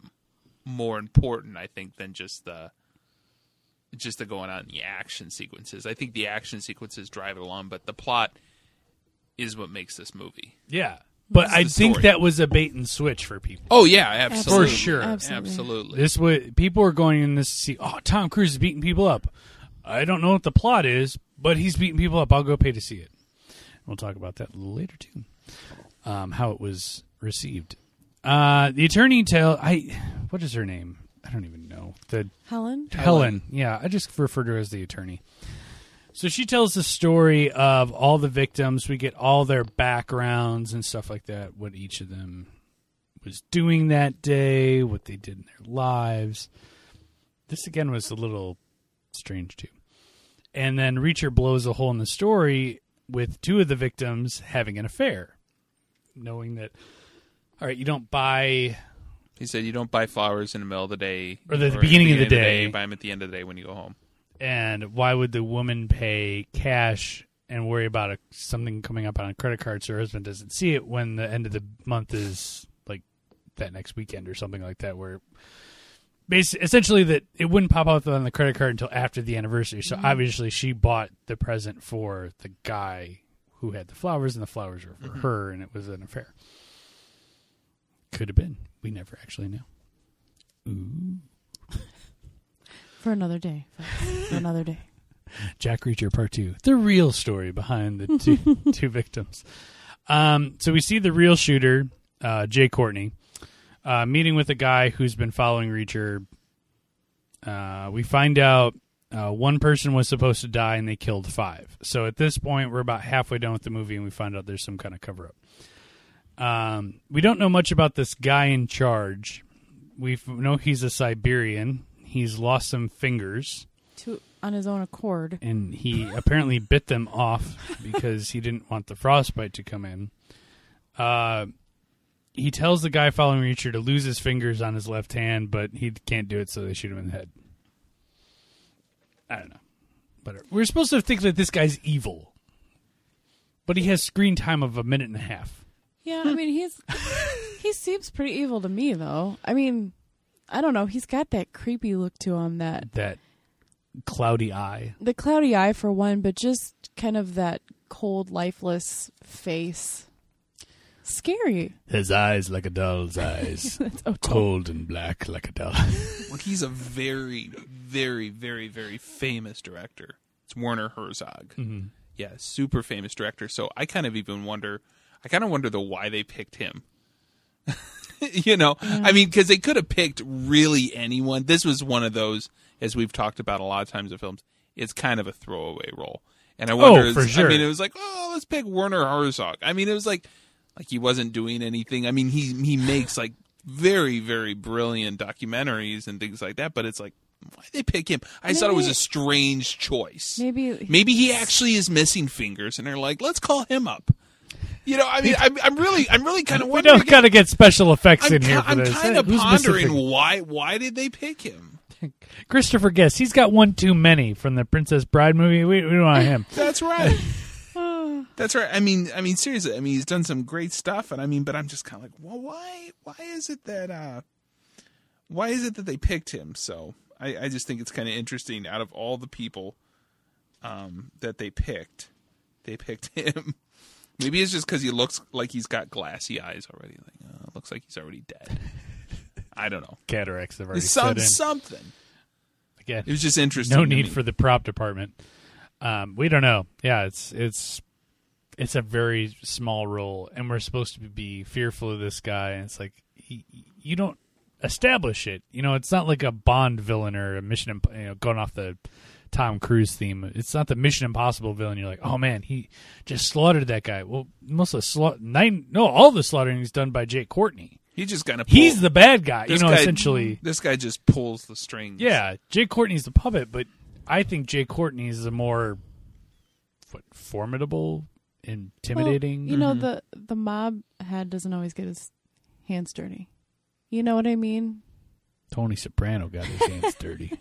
more important, I think, than just the just the going on in the action sequences. I think the action sequences drive it along, but the plot is what makes this movie.
yeah. But I
the
think
story.
that was a bait and switch for people.
Oh yeah, absolutely,
For sure.
Absolutely.
absolutely.
This would people are going in this to see. Oh, Tom Cruise is beating people up. I don't know what the plot is, but he's beating people up. I'll go pay to see it. We'll talk about that a little later too. Um, how it was received. Uh, the attorney tell I what is her name? I don't even know. The
Helen?
Helen. Yeah, I just refer to her as the attorney. So she tells the story of all the victims. We get all their backgrounds and stuff like that, what each of them was doing that day, what they did in their lives. This again was a little strange too. And then Reacher blows a hole in the story with two of the victims having an affair, knowing that all right, you don't buy
He said, "You don't buy flowers in the middle of the day,
Or the beginning of the day.
You buy them at the end of the day when you go home."
and why would the woman pay cash and worry about a, something coming up on a credit card so her husband doesn't see it when the end of the month is like that next weekend or something like that where basi- essentially that it wouldn't pop up on the credit card until after the anniversary. So obviously she bought the present for the guy who had the flowers, and the flowers were for her, and it was an affair. Could have been. We never actually knew.
for another day. folks, For another day.
Jack Reacher Part Two: The real story behind the two, two victims. Um, so we see the real shooter, uh, Jay Courtney, uh, meeting with a guy who's been following Reacher. Uh, we find out uh, one person was supposed to die, and they killed five. So at this point, we're about halfway done with the movie, and we find out there's some kind of cover up. Um, we don't know much about this guy in charge. We f- know he's a Siberian. He's lost some fingers
To on his own accord.
and he apparently bit them off because he didn't want the frostbite to come in. Uh, he tells the guy following Reacher to lose his fingers on his left hand, but he can't do it, so they shoot him in the head. I don't know. But we're supposed to think that this guy's evil, but he has screen time of a minute and a half.
Yeah, I mean he's he seems pretty evil to me though. I mean, I don't know. He's got that creepy look to him that
That cloudy eye.
the cloudy eye for one, but just kind of that cold, lifeless face. Scary.
His eyes like a doll's eyes,
That's Otto.
cold and black like a doll.
Well, he's a very, very, very, very famous director. It's Werner Herzog.
Mm-hmm.
Yeah, super famous director. So I kind of even wonder. I kind of wonder the why they picked him. you know,
Mm.
I mean, because they could have picked really anyone. This was one of those, as we've talked about a lot of times in films. It's kind of a throwaway role, and I wonder.
Oh, for
I
sure.
mean, it was like, oh, let's pick Werner Herzog. I mean, it was like, like he wasn't doing anything. I mean, he he makes like very very brilliant documentaries and things like that. But it's like, why they pick him? I just thought it was
Maybe-
a strange choice.
Maybe
Maybe he actually is missing fingers, and they're like, let's call him up. You know, I mean, I'm, I'm really, I'm really kind of
We
wondering.
don't got to get special effects
I'm,
in here for
I'm
this.
kind of
Who's
pondering
Mr.
why, why did they pick him?
Fig- Christopher Guest. He's got one too many from the Princess Bride movie. We, we don't want him.
That's right. That's right. I mean, I mean, seriously. I mean, he's done some great stuff, and I mean, but I'm just kind of like, well, why? Why is it that? uh Why is it that they picked him? So I, I just think it's kind of interesting. Out of all the people um that they picked, they picked him. Maybe it's just because he looks like he's got glassy eyes already. Like, uh, looks like he's already dead. I don't know.
Cataracts have already
It's some,
set in.
something.
Again,
It was just interesting.
no
to
need
me.
for the prop department. Um, we don't know. Yeah, it's it's it's a very small role, and we're supposed to be fearful of this guy. And it's like he, you don't establish it. You know, it's not like a Bond villain or a Mission, Imp- you know, going off the Tom Cruise theme. It's not the Mission Impossible villain. You're like, oh man, he just slaughtered that guy. Well, most of the slaughter, nine, no, all the slaughtering is done by Jake Courtney.
He just kind of
He's the bad guy.
This
you know,
guy-
essentially.
This guy just pulls the strings.
Yeah, Jay Courtney's the puppet, but I think Jay Courtney is a more what, formidable,
Well,
intimidating. Mm-hmm.
you know the the mob head doesn't always get his hands dirty. You know what I mean?
Tony Soprano got his hands dirty.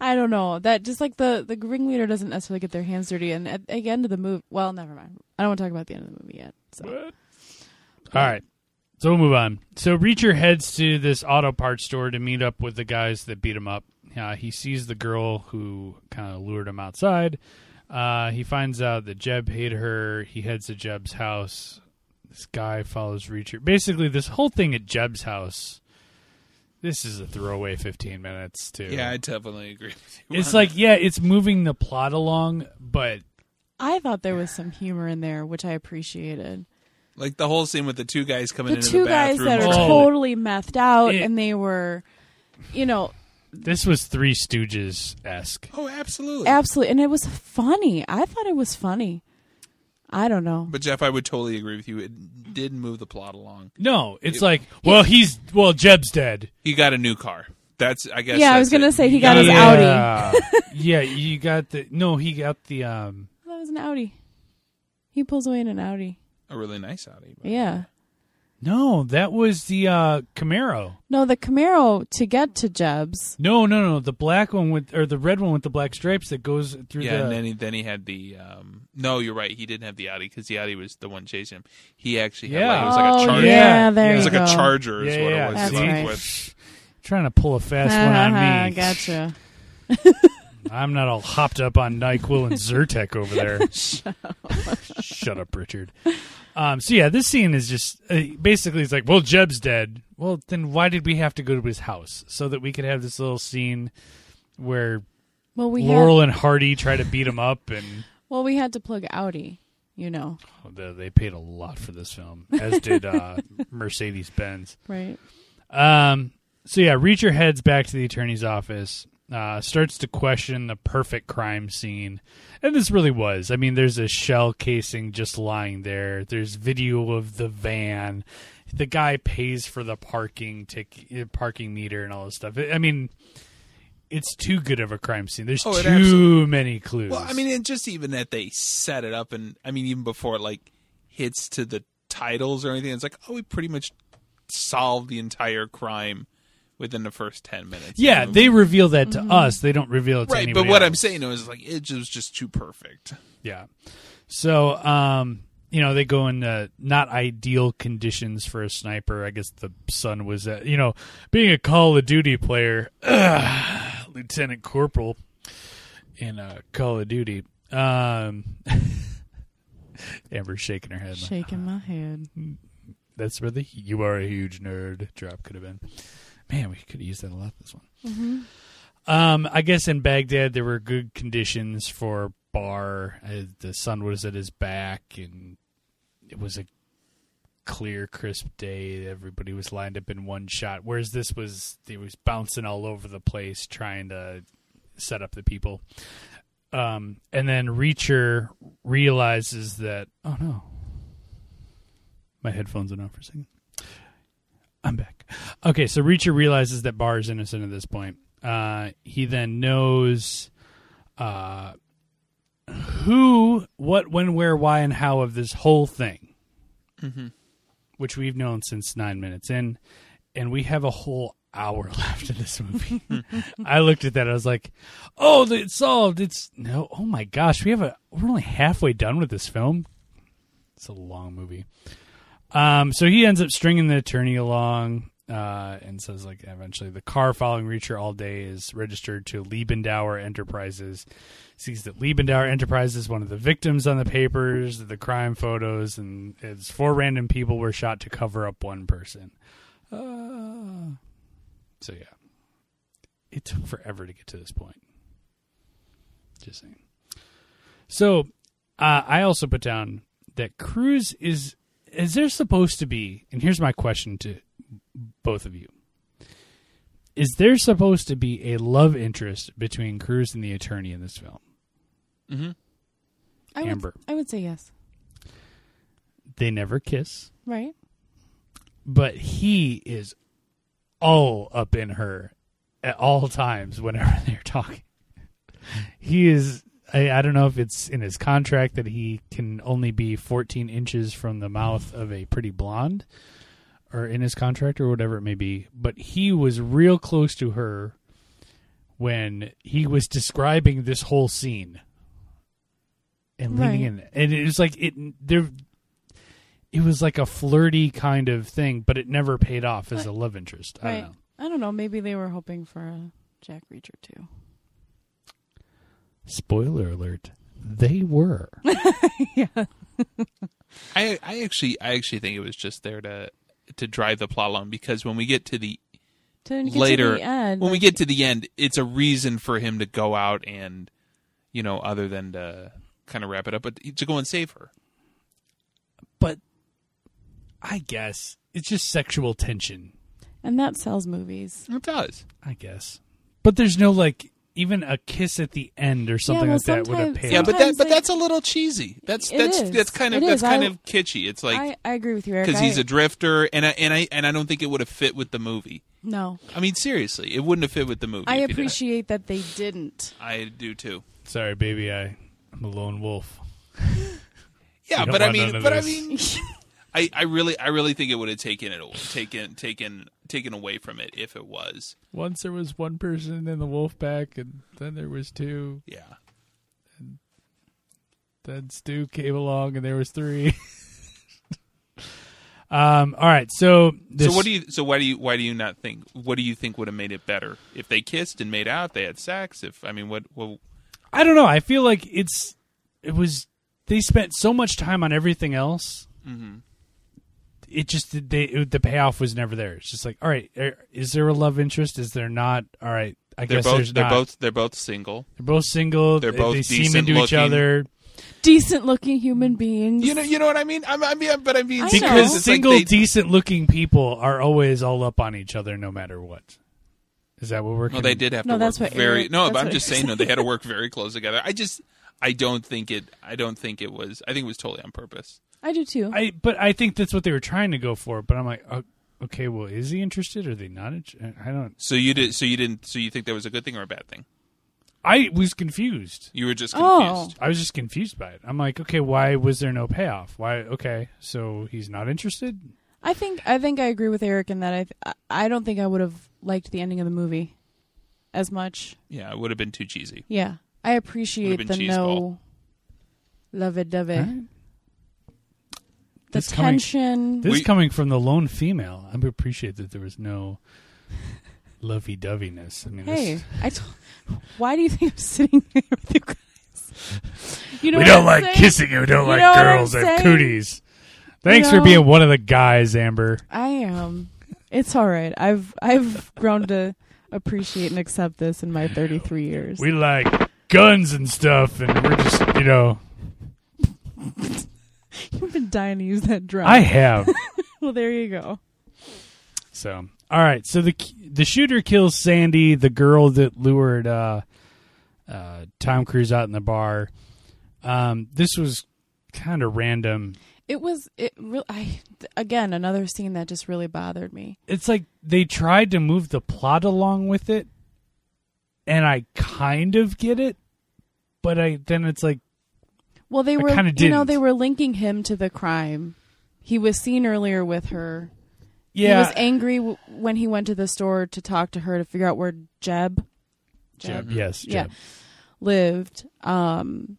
I don't know that just like the the ringleader doesn't necessarily get their hands dirty. And at, at the end of the movie, well, never mind. I don't want to talk about the end of the movie yet. So
All right, so we'll move on. So Reacher heads to this auto parts store to meet up with the guys that beat him up. Uh, he sees the girl who kind of lured him outside. Uh, he finds out that Jeb hated her. He heads to Jeb's house. This guy follows Reacher. Basically, this whole thing at Jeb's house. This is a throwaway 15 minutes too.
Yeah, I definitely agree with you.
it's like yeah, it's moving the plot along, but
I thought there was some humor in there, which I appreciated.
like the whole scene with the two guys coming
the
into
two
the
guys
bathroom.
that are
Oh.
totally methed out
It-
and they were you know
this was Three Stooges esque.
oh, absolutely.
absolutely and it was funny i thought it was funny i don't know
but Jeff, I would totally agree with you. It did move the plot along.
No, it's like well, he's well, Jeb's dead.
He got a new car. That's I guess.
Yeah, I
that's
was gonna
it.
say he got his
a-
Audi.
yeah. yeah, you got the no. He got the um.
that was an audi he pulls away in an audi
a really nice Audi. but-
yeah
No, that was the uh Camaro.
no the camaro to get to jeb's
No, no, no. The black one with or the red one with the black stripes that goes through
Yeah,
the.
and then he, then he had the um, no, you're right. He didn't have the Audi because the Audi was the one chasing him. He actually had
Yeah.
like, it was like a
oh
charger.
Yeah,
yeah there
It was
you
like a
go.
charger is
Yeah,
what
yeah,
it was.
That's
Like,
right.
with-
Trying to pull a fast one on me.
Uh-huh, Gotcha.
I'm not all hopped up on NyQuil and Zyrtec over there. Shut up, Richard. Um, so yeah, this scene is just uh, basically it's like, well, Jeb's dead. Well, then why did we have to go to his house so that we could have this little scene where
Well, we
Laurel
had,
and Hardy try to beat him up, and
well we had to plug Audi. You know,
oh, they they paid a lot for this film, as did uh, Mercedes Benz.
right?
Um, so yeah, Reacher heads back to the attorney's office, uh, starts to question the perfect crime scene, and this really was. I mean, there's a shell casing just lying there. There's video of the van. The guy pays for the parking tick, uh, parking meter, and all this stuff. I mean, it's too good of a crime scene. There's
Oh,
too
it absolutely-
many clues.
Well, I mean, and just even that they set it up, and I mean, even before it like hits to the titles or anything, it's like, oh, we pretty much solved the entire crime within the first ten minutes.
yeah,
So-
they reveal that to us. They don't reveal it to
Mm-hmm. right.
anybody.
But what I'm
else.
saying is like it just- was just too perfect.
Yeah. So, um, you know, they go in uh, not ideal conditions for a sniper. I guess the sun was, uh, you know, being a Call of Duty player, ugh, Lieutenant Corporal in uh, Call of Duty. Um, Amber's shaking her head.
Shaking my head.
That's where the "You are a huge nerd" drop could have been. Man, we could have used that a lot. This one. Um, I guess in Baghdad there were good conditions for bar. Uh, the sun was at his back, and it was a clear, crisp day. Everybody was lined up in one shot. Whereas this was, they was bouncing all over the place trying to set up the people. Um, and then Reacher realizes that oh no, my headphones went off for a second. I'm back. Okay, so Reacher realizes that Barr is innocent at this point. Uh, he then knows uh, who, what, when, where, why, and how of this whole thing, which we've known since nine minutes in, and we have a whole hour left in this movie. I looked at that. I was like, "Oh, it's solved." It's no. Oh my gosh, we have a. We're only halfway done with this film. It's a long movie. Um, so he ends up stringing the attorney along uh, and says, like, eventually the car following Reacher all day is registered to Liebendauer Enterprises. Sees that Liebendauer Enterprises is one of the victims on the papers, the crime photos, and it's four random people were shot to cover up one person. Uh, so, yeah. It took forever to get to this point. Just saying. So, uh, I also put down that Cruz is is there supposed to be? And here's my question to both of you: Is there supposed to be a love interest between Cruz and the attorney in this film?
I would,
Amber.
I would say yes.
They never kiss,
Right?
but he is all up in her at all times whenever they're talking. He is. I, I don't know if it's in his contract that he can only be 14 inches from the mouth of a pretty blonde, or in his contract, or whatever it may be. But he was real close to her when he was describing this whole scene and leaning in, and it was like it there. It was like a flirty kind of thing, but it never paid off as a love interest. I
right.
don't know.
I don't know. Maybe they were hoping for a Jack Reacher too.
Spoiler alert. They were.
I I actually I actually think it was just there to to drive the plot along because when we get to the
To get
later
to the end,
when we
like,
get to the end it's a reason for him to go out and you know other than to kind of wrap it up but to go and save her
But I guess it's just sexual tension.
and that sells movies.
it does
I guess. But there's no like even a kiss at the end or something
well,
like that would have
sometimes-
paid
yeah
off.
but that
Sometimes
but
they-
that's a little cheesy that's
It
that's
is.
that's kind of
It
that's
is.
kind
I-
of kitschy it's like
I, I agree with you, Eric.
because he's
I-
a drifter and I, and I and I don't think it would have fit with the movie
no.
I mean seriously it wouldn't have fit with the movie if
I
he did it.
appreciate that they didn't.
I do too
Sorry, baby, I, I'm a lone wolf.
yeah
You don't
but I
want none
mean
of
but I
this.
mean I, I really I really think it would have taken it taken taken taken away from it if it was
Once there was one person in the wolf pack and then there was two.
yeah
Then Stu came along and there was three. Um, all right, so this,
So what do you? So why do you? Why do you not think? What do you think would have made it better if they kissed and made out? They had sex. If I mean, what? what
I don't know. I feel like it's it was they spent so much time on everything else.
Mm-hmm.
It just they it, the payoff was never there. It's just like, all right, er, is there a love interest? Is there not? All right, I
they're
guess
both.
there's
They're
not.
both. They're both single.
they're both single.
They're
They-
both
they seem
decent
into each
looking.
other.
Decent looking human beings.
You know. You know what I mean. I'm, I mean. But I mean,
I know.
because
Because
it's
single,
Like they,
decent looking people are always all up on each other, no matter what. Is that what we're?
no, they did have
No,
to
that's
work
what
very.
Eric-
no,
that's
but I'm
what
just
Eric
saying. No, they had to work very close together. I just. I don't think it. I don't think it was. I think it was totally on purpose.
I do too.
I but I think that's what they were trying to go for. But I'm like, oh, okay, well, is he interested? Are they not? Int- I don't.
So you did. So you didn't. So you think that was a good thing or a bad thing?
I was confused.
You were just confused.
Oh.
I was just confused by it. I'm like, okay, why was there no payoff? Why? Okay, so he's not interested.
I think I think I agree with Eric in that I th- I don't think I would have liked the ending of the movie as much.
Yeah, it would have been too cheesy.
Yeah, I
Would've
appreciate
been
the
cheese
no
ball.
love it, love it.
Right?
The
It's coming-
tension.
This
We-
is coming from the lone female. I appreciate that there was no lovey doveyness. I mean, this-
hey, I. T- why do you think I'm sitting here with you guys? You know
we
what
don't
I'm
like
saying?
kissing and we don't
You know
like
what I'm
girls and
saying?
cooties. Thanks for
know?
being one of the guys, Amber.
I am. It's all right. I've I've grown to appreciate and accept this in my 33 years.
We like guns and stuff, and we're just, you know,
You've been dying to use that drum.
I have.
well, there you go.
So, all right. So the the shooter kills Sandy, the girl that lured uh, uh, Tom Cruise out in the bar. Um, this was kind of random.
It was it really. I again another scene that just really bothered me.
It's like they tried to move the plot along with it, and I kind of get it, but I then it's like
Well, they
I
were
kinda
you know
didn't.
they were linking him to the crime. He was seen earlier with her.
yeah,
He was angry w- when he went to the store to talk to her to figure out where Jeb,
Jeb, yes,
yeah,
Jeb.
lived. Um,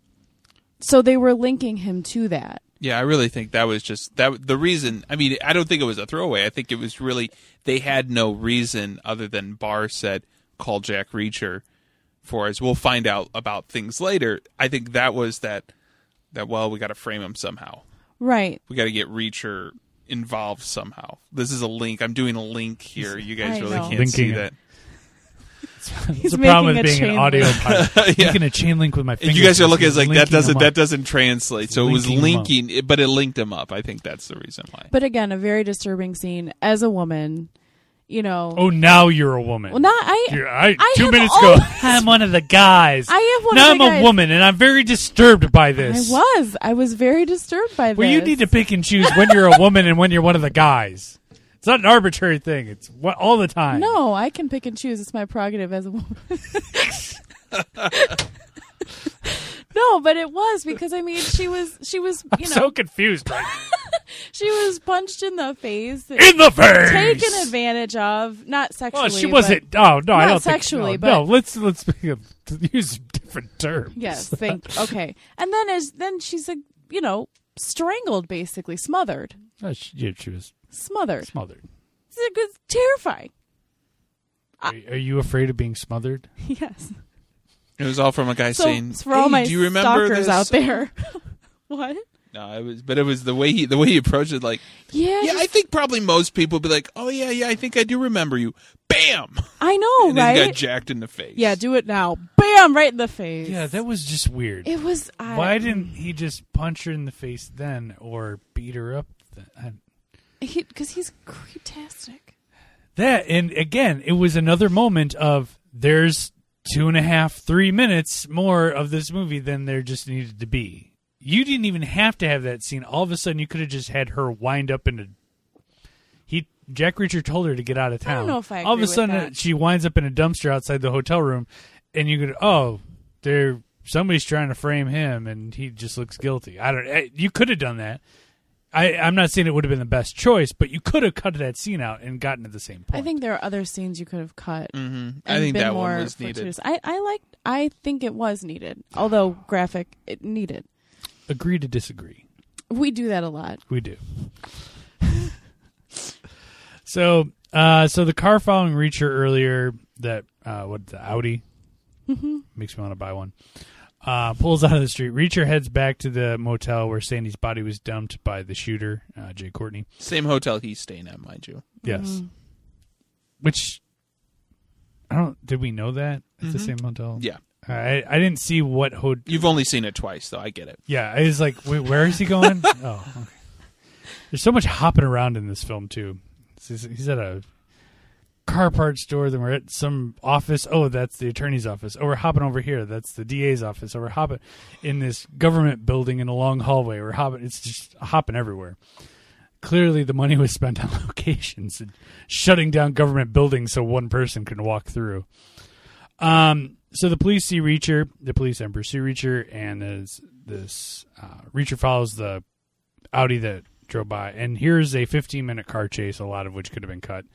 so they were linking him to that.
Yeah, I really think that was just that the reason. I mean, I don't think it was a throwaway. I think it was really they had no reason other than Barr said call Jack Reacher for us. We'll find out about things later. I think that was that that well, we got to frame him somehow.
Right.
We got to get Reacher involved somehow. This is a link. I'm doing a link here. You guys
I
really
know.
can't
Linking
see
it.
that.
It's a
making
problem
a
with being an
chain
audio
link.
podcast.
Yeah.
Making a chain link with my
And
fingers.
you guys are
It's
looking at it like that
linking
doesn't
them
that
up.
doesn't translate. So it was
Linking 'em up.
linking, it- but it linked him up. I think that's the reason why.
But again, a very disturbing scene as a woman, you know.
Oh, now you're a woman.
well, not I.
You're- I,
I
two
have
minutes ago,
always-
I'm one of the guys.
I am one
now
of the
I'm a
guys.
woman, and I'm very disturbed by
I
this.
was. I was very disturbed by this.
Well, you need to pick and choose when you're a woman and when you're one of the guys. It's not an arbitrary thing. It's what all the time.
No, I can pick and choose. It's my prerogative as a woman. no, but it was because I mean she was she was you know
so confused. Right?
she was punched in the face,
In the face.
taken advantage of, not sexually.
Well, she wasn't. Oh no, I
Not
don't
sexually,
think.
but-
No, no let's let's be- use different terms.
But, yes, thank. Okay, and then as then she's a you know strangled basically, smothered,
Oh, she, yeah, she was
smothered.
smothered.
It's, it's terrifying.
Are, are you afraid of being smothered?
Yes.
It was all from a guy
So
saying,
it's for all
"Hey,
my
do you remember
stalkers
this?
out there. what?
No, it was, but it was the way he the way he approached it. Like,
Yeah,
yeah,
just-
I think probably most people would be like, "Oh yeah, yeah, I think I do remember you." Bam,
I know,
and
Oh, right?
then he got jacked in the face.
Yeah, do it now. Bam, right in the face.
Yeah, that was just weird.
it was. I,
Why didn't he just punch her in the face then, or beat her up? Then? I-
Because he's creeptastic.
That and again, it was another moment of there's two and a half, three minutes more of this movie than there just needed to be. You didn't even have to have that scene. All of a sudden, you could have just had her wind up in a. He Jack Reacher told her to get out of town.
don't know if I
All of a
agree with
sudden,
that.
she winds up in a dumpster outside the hotel room, and you could oh, there somebody's trying to frame him, and he just looks guilty. I don't. eh, You could have done that. I, I'm not saying it would have been the best choice, but you could have cut that scene out and gotten to the same point.
I think there are other scenes you could have cut.
Mhm. I
and
think
been
that one
more
was needed.
fortuitous. I, I liked. I think it was needed, although graphic it needed.
agree to disagree.
We do that a lot.
We do. So, uh, so the car following Reacher earlier that uh, what the Audi
Mm-hmm.
makes me want to buy one. Uh, pulls out of the street. Reacher heads back to the motel where Sandy's body was dumped by the shooter, uh, Jay Courtney.
Same hotel he's staying at, mind you.
Yes,
Mm-hmm. Mm.
which I don't. Did we know that it's
Mm-hmm.
the same motel?
Yeah.
I I didn't see what ho-
You've only seen it twice, though. I get it.
Yeah, I was like, wait, where is he going? oh, okay. There's so much hopping around in this film too. He's, he's at a car parts store. Then we're at some office. Oh, that's the attorney's office. Oh, we're hopping over here. That's the DA's office. Oh, we're hopping in this government building in a long hallway. We're hopping. It's just hopping everywhere. Clearly, the money was spent on locations and shutting down government buildings so one person can walk through. Um, so the police see Reacher, the police emperor see Reacher, and as this uh, Reacher follows the Audi that drove by, and here's a 15 minute car chase, a lot of which could have been cut.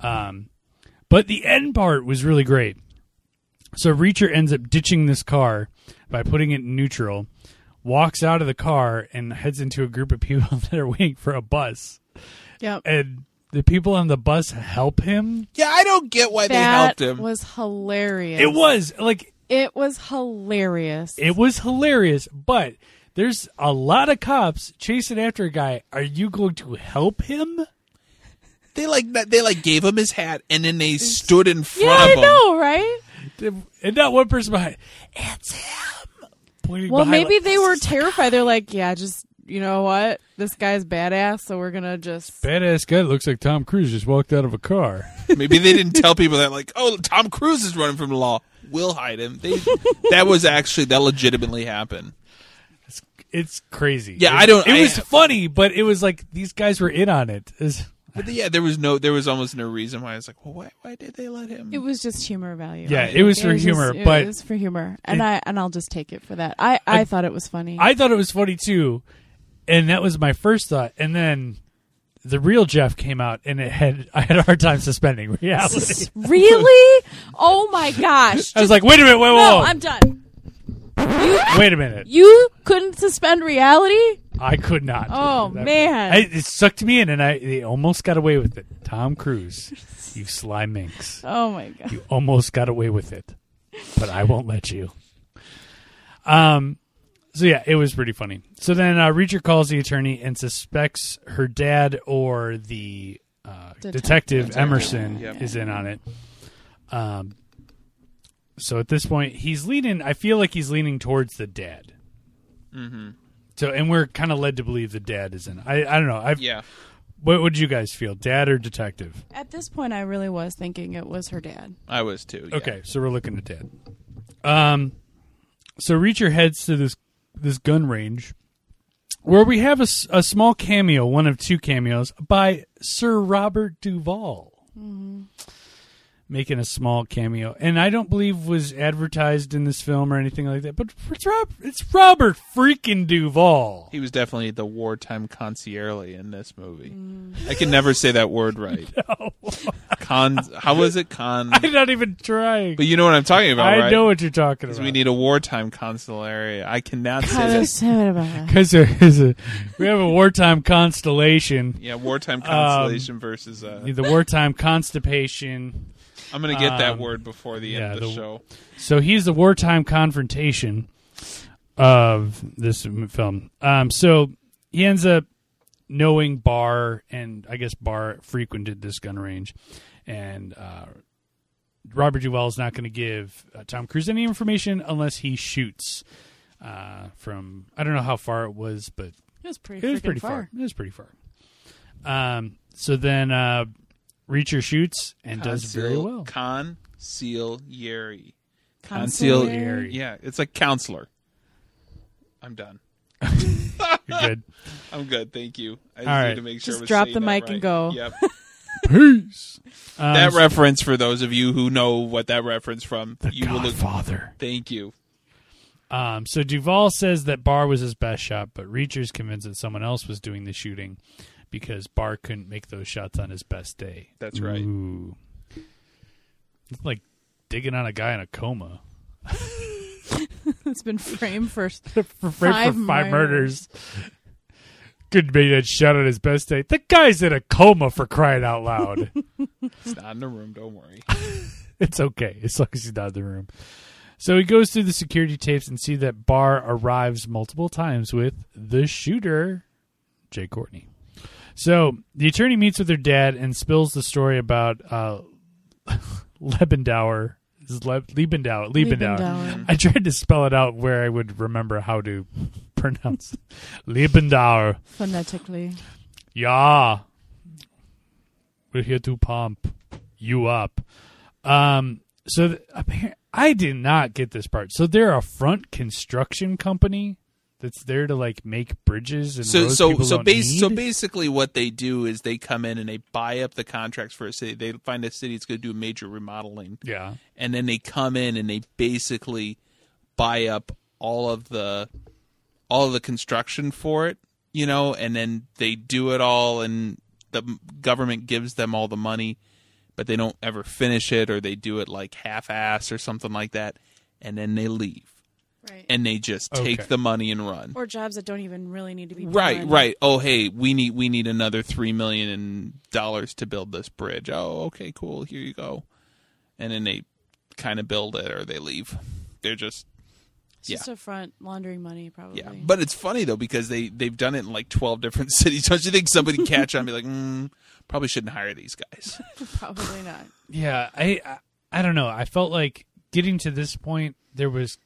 Um, but the end part was really great. So Reacher ends up ditching this car by putting it in neutral, walks out of the car, and heads into a group of people that are waiting for a bus,
Yep.
and the people on the bus help him.
Yeah, I don't get why they
That
helped him.
was hilarious.
It was like
It was hilarious.
It was hilarious, but there's a lot of cops chasing after a guy. Are you going to help him?
They like they like gave him his hat, and then they stood in front
yeah,
of
I
him.
know, right?
And not one person behind. It's him. Pointing
Well,
behind,
maybe
like,
they
"This
were
is
terrified. They're like, yeah, just you know what? This guy's badass, so we're gonna just.
a Badass guy looks like Tom Cruise just walked out of a car.
Maybe they didn't tell people that, like, oh, Tom Cruise is running from the law. We'll hide him. They, that was actually that legitimately happened.
It's, it's crazy.
Yeah,
It-
I don't-
It
I-
was funny, but it was like these guys were in on it. It's-
But yeah, there was no, there was almost no reason why I was like, well, why, why did they let him?
It was just humor value.
yeah, it was for
just-
humor,
it
but
was for humor, and I and I'll just take it for that. I I,
I-
thought it was funny.
I thought it was funny too, and that was my first thought. And then the real Jeff came out, and it had I had a hard time suspending reality.
really? Oh my gosh!
I was like, wait a minute, wait,
no,
whoa,
I'm done. You
wait a minute.
you couldn't suspend reality?
I could not.
Oh,
That-
man.
I, it sucked me in, and I they almost got away with it. Tom Cruise, you sly minx,
Oh my god!
you almost got away with it, but I won't let you. Um. So yeah, it was pretty funny. So then uh, Reacher calls the attorney and suspects her dad or the uh, detective, Emerson
Yep.
is in on it. Um. So at this point, he's leaning. I feel like he's leaning towards the dad.
hmm
So, and we're kind of led to believe the dad is in. I, I don't know. I
Yeah,
What would you guys feel, dad or detective?
At this point, I really was thinking it was her dad.
I was too. yeah.
Okay, so we're looking at dad. Um, so Reacher heads to this this gun range, where we have a, s- a small cameo, one of two cameos by Sir Robert Duvall, making a small cameo, and I don't believe was advertised in this film or anything like that. But it's Rob, it's Robert freaking Duvall.
He was definitely the wartime concierge in this movie. I can never say that word right. Con, how was it? Con.
I'm not even trying.
But you know what I'm talking about,
I
right?
know what you're talking
'Cause
about.
we need a wartime consulary. I cannot say
God, I was
that.
sad about that.
Because there is a, we have a wartime constellation,
Yeah, wartime
Um,
consolation versus. Uh,
the wartime constipation.
I'm going to get that
um,
word before the
yeah,
end of the,
the-
show.
So he's the wartime confrontation of this m- film. Um, so he ends up knowing Barr, and I guess Barr frequented this gun range, and uh, Robert Duvall is not going to give uh, Tom Cruise any information unless he shoots uh, from I don't know how far it was, but
It was pretty.
It was
freaking
pretty far. It was pretty far. Um, so then uh, Reacher shoots and does very
Conceal-
well.
Consigliere.
Conceal-
Yeah, it's like counselor. I'm done.
You're good.
I'm good. Thank you. I just
All
need
right.
to make sure.
Just
I was
drop
saying
the
that
mic
right.
and go.
Yep.
Peace. Um,
that reference for those of you who know what that reference from.
the
you will look.
Godfather.
Thank you.
Um, so Duvall says that Barr was his best shot, but Reacher's convinced that someone else was doing the shooting because Barr couldn't make those shots on his best day.
That's right.
Ooh. It's like digging on a guy in a coma.
It's been framed first.
for, for- for
Five
five murders. Could be that shot on his best day. The guy's in a coma for crying out loud.
It's not in the room. Don't worry.
it's okay as long as he's not in the room. So he goes through the security tapes and see that Barr arrives multiple times with the shooter, Jay Courtney. So the attorney meets with her dad and spills the story about uh, Lebendauer. Is it Leb- Liebendauer. Liebendauer.
Mm.
Liebendauer.
I tried to spell it out where I would remember how to pronounce Liebendauer.
Phonetically.
Yeah. We're here to pump you up. Um, so th- appar- I did not get this part. So they're a front construction company that's there to like make bridges and
So
roads
so
people
so
don't
bas- so
need?
basically, what they do is they come in and they buy up the contracts for a city. They find a city that's going to do major remodeling,
yeah.
and then they come in and they basically buy up all of the all of the construction for it, you know, and then they do it all, and the m- government gives them all the money, but they don't ever finish it, or they do it like half-ass or something like that, and then they leave
Right.
and they just
Okay.
take the money and run.
or jobs that don't even really need to be
Right,
done.
right. Oh, hey, we need we need another three million dollars to build this bridge. Oh, okay, cool. Here you go. And then they kind of build it, or they leave. They're just
It's just a front laundering money, probably.
yeah. But it's funny though because they they've done it in like twelve different cities. Don't you think somebody catch on and be like, mm, probably shouldn't hire these guys?
probably not.
Yeah, I, I I don't know. I felt like getting to this point there was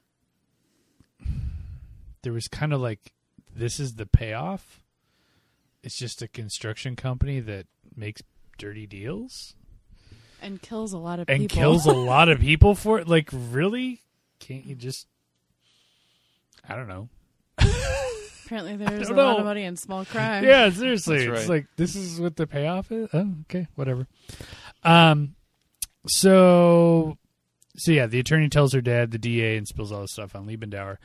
there was kind of like this is the payoff. It's just a construction company that makes dirty deals
And kills a lot of
and
people.
kills a lot of people for it. Like really? Can't you just I don't know.
Apparently, there's a
don't
lot
know.
of money in small crime.
Yeah, seriously.
That's
It's
right.
like this is what the payoff is. Oh, okay, whatever. Um, so, so yeah, the attorney tells her dad, the DA, and spills all this stuff on Liebendauer.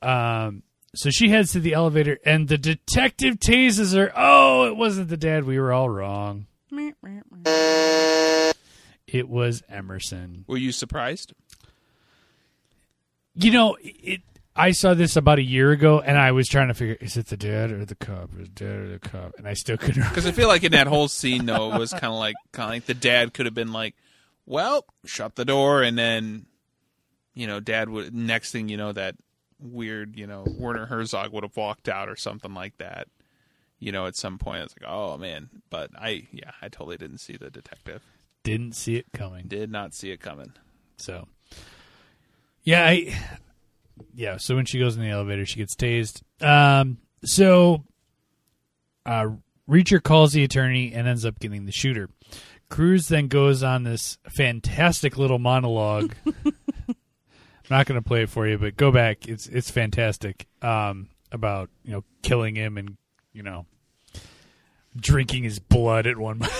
Um, so she heads to the elevator, and the detective tases her. Oh, it wasn't the dad. We were all wrong.
Meh, meh, meh.
It was Emerson.
Were you surprised?
You know, it. I saw this about a year ago, and I was trying to figure: is it the dad or the cop? Is it the dad or the cop? And I still couldn't.
Because I feel like in that whole scene, though, it was kind of like kind of like the dad could have been like, "Well, shut the door," and then, you know, dad would next thing you know that weird, you know, Werner Herzog would have walked out or something like that. You know, at some point, it's like, "Oh man!" But I, yeah, I totally didn't see the detective.
Didn't see it coming.
Did not see it coming.
So, yeah, I, yeah. So when she goes in the elevator, she gets tased. Um, so, uh, Reacher calls the attorney and ends up getting the shooter. Cruz then goes on this fantastic little monologue. I'm not going to play it for you, but go back. It's it's fantastic. Um, about you know killing him and you know drinking his blood at one.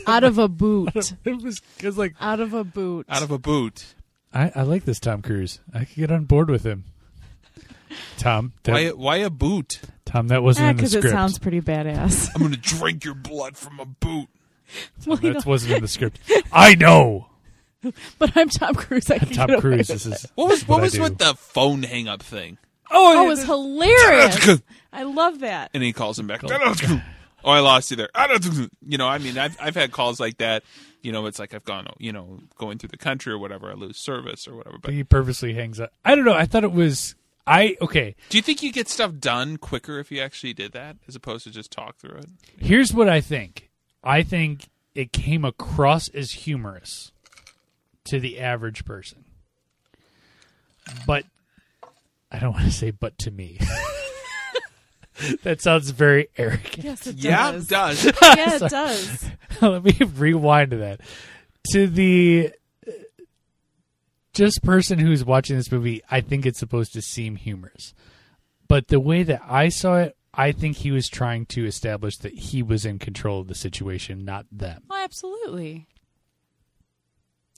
Out of a boot.
it was because like
Out of a boot.
Out of a boot.
I, I like this Tom Cruise. I could get on board with him. Tom, that,
Why? Why a boot?
Tom, that wasn't in the
because Ah, Eh, it
script.
sounds pretty badass.
I'm gonna drink your blood from a boot.
Well, you
that
know,
wasn't in the script. I know.
but I'm Tom Cruise. I can
Tom
get away
Cruise.
with
This is
What was? What,
I
was
do.
with the phone hang up thing?
Oh, it was hilarious. I love that.
and he calls him back. Oh, I lost you there. You know, I mean, I've I've had calls like that. You know, it's like I've gone, you know, going through the country or whatever. I lose service or whatever. But
He purposely hangs up. I don't know. I thought it was. I okay.
do you think you get stuff done quicker if you actually did that, as opposed to just talk through it?
Here's what I think. I think it came across as humorous to the average person, but I don't want to say "but" to me. that sounds very arrogant.
Yes, it
Yeah, it does.
does. yeah, it does.
let me rewind to that to the uh, just person who's watching this movie i think it's supposed to seem humorous but the way that i saw it i think he was trying to establish that he was in control of the situation not them
Well, absolutely.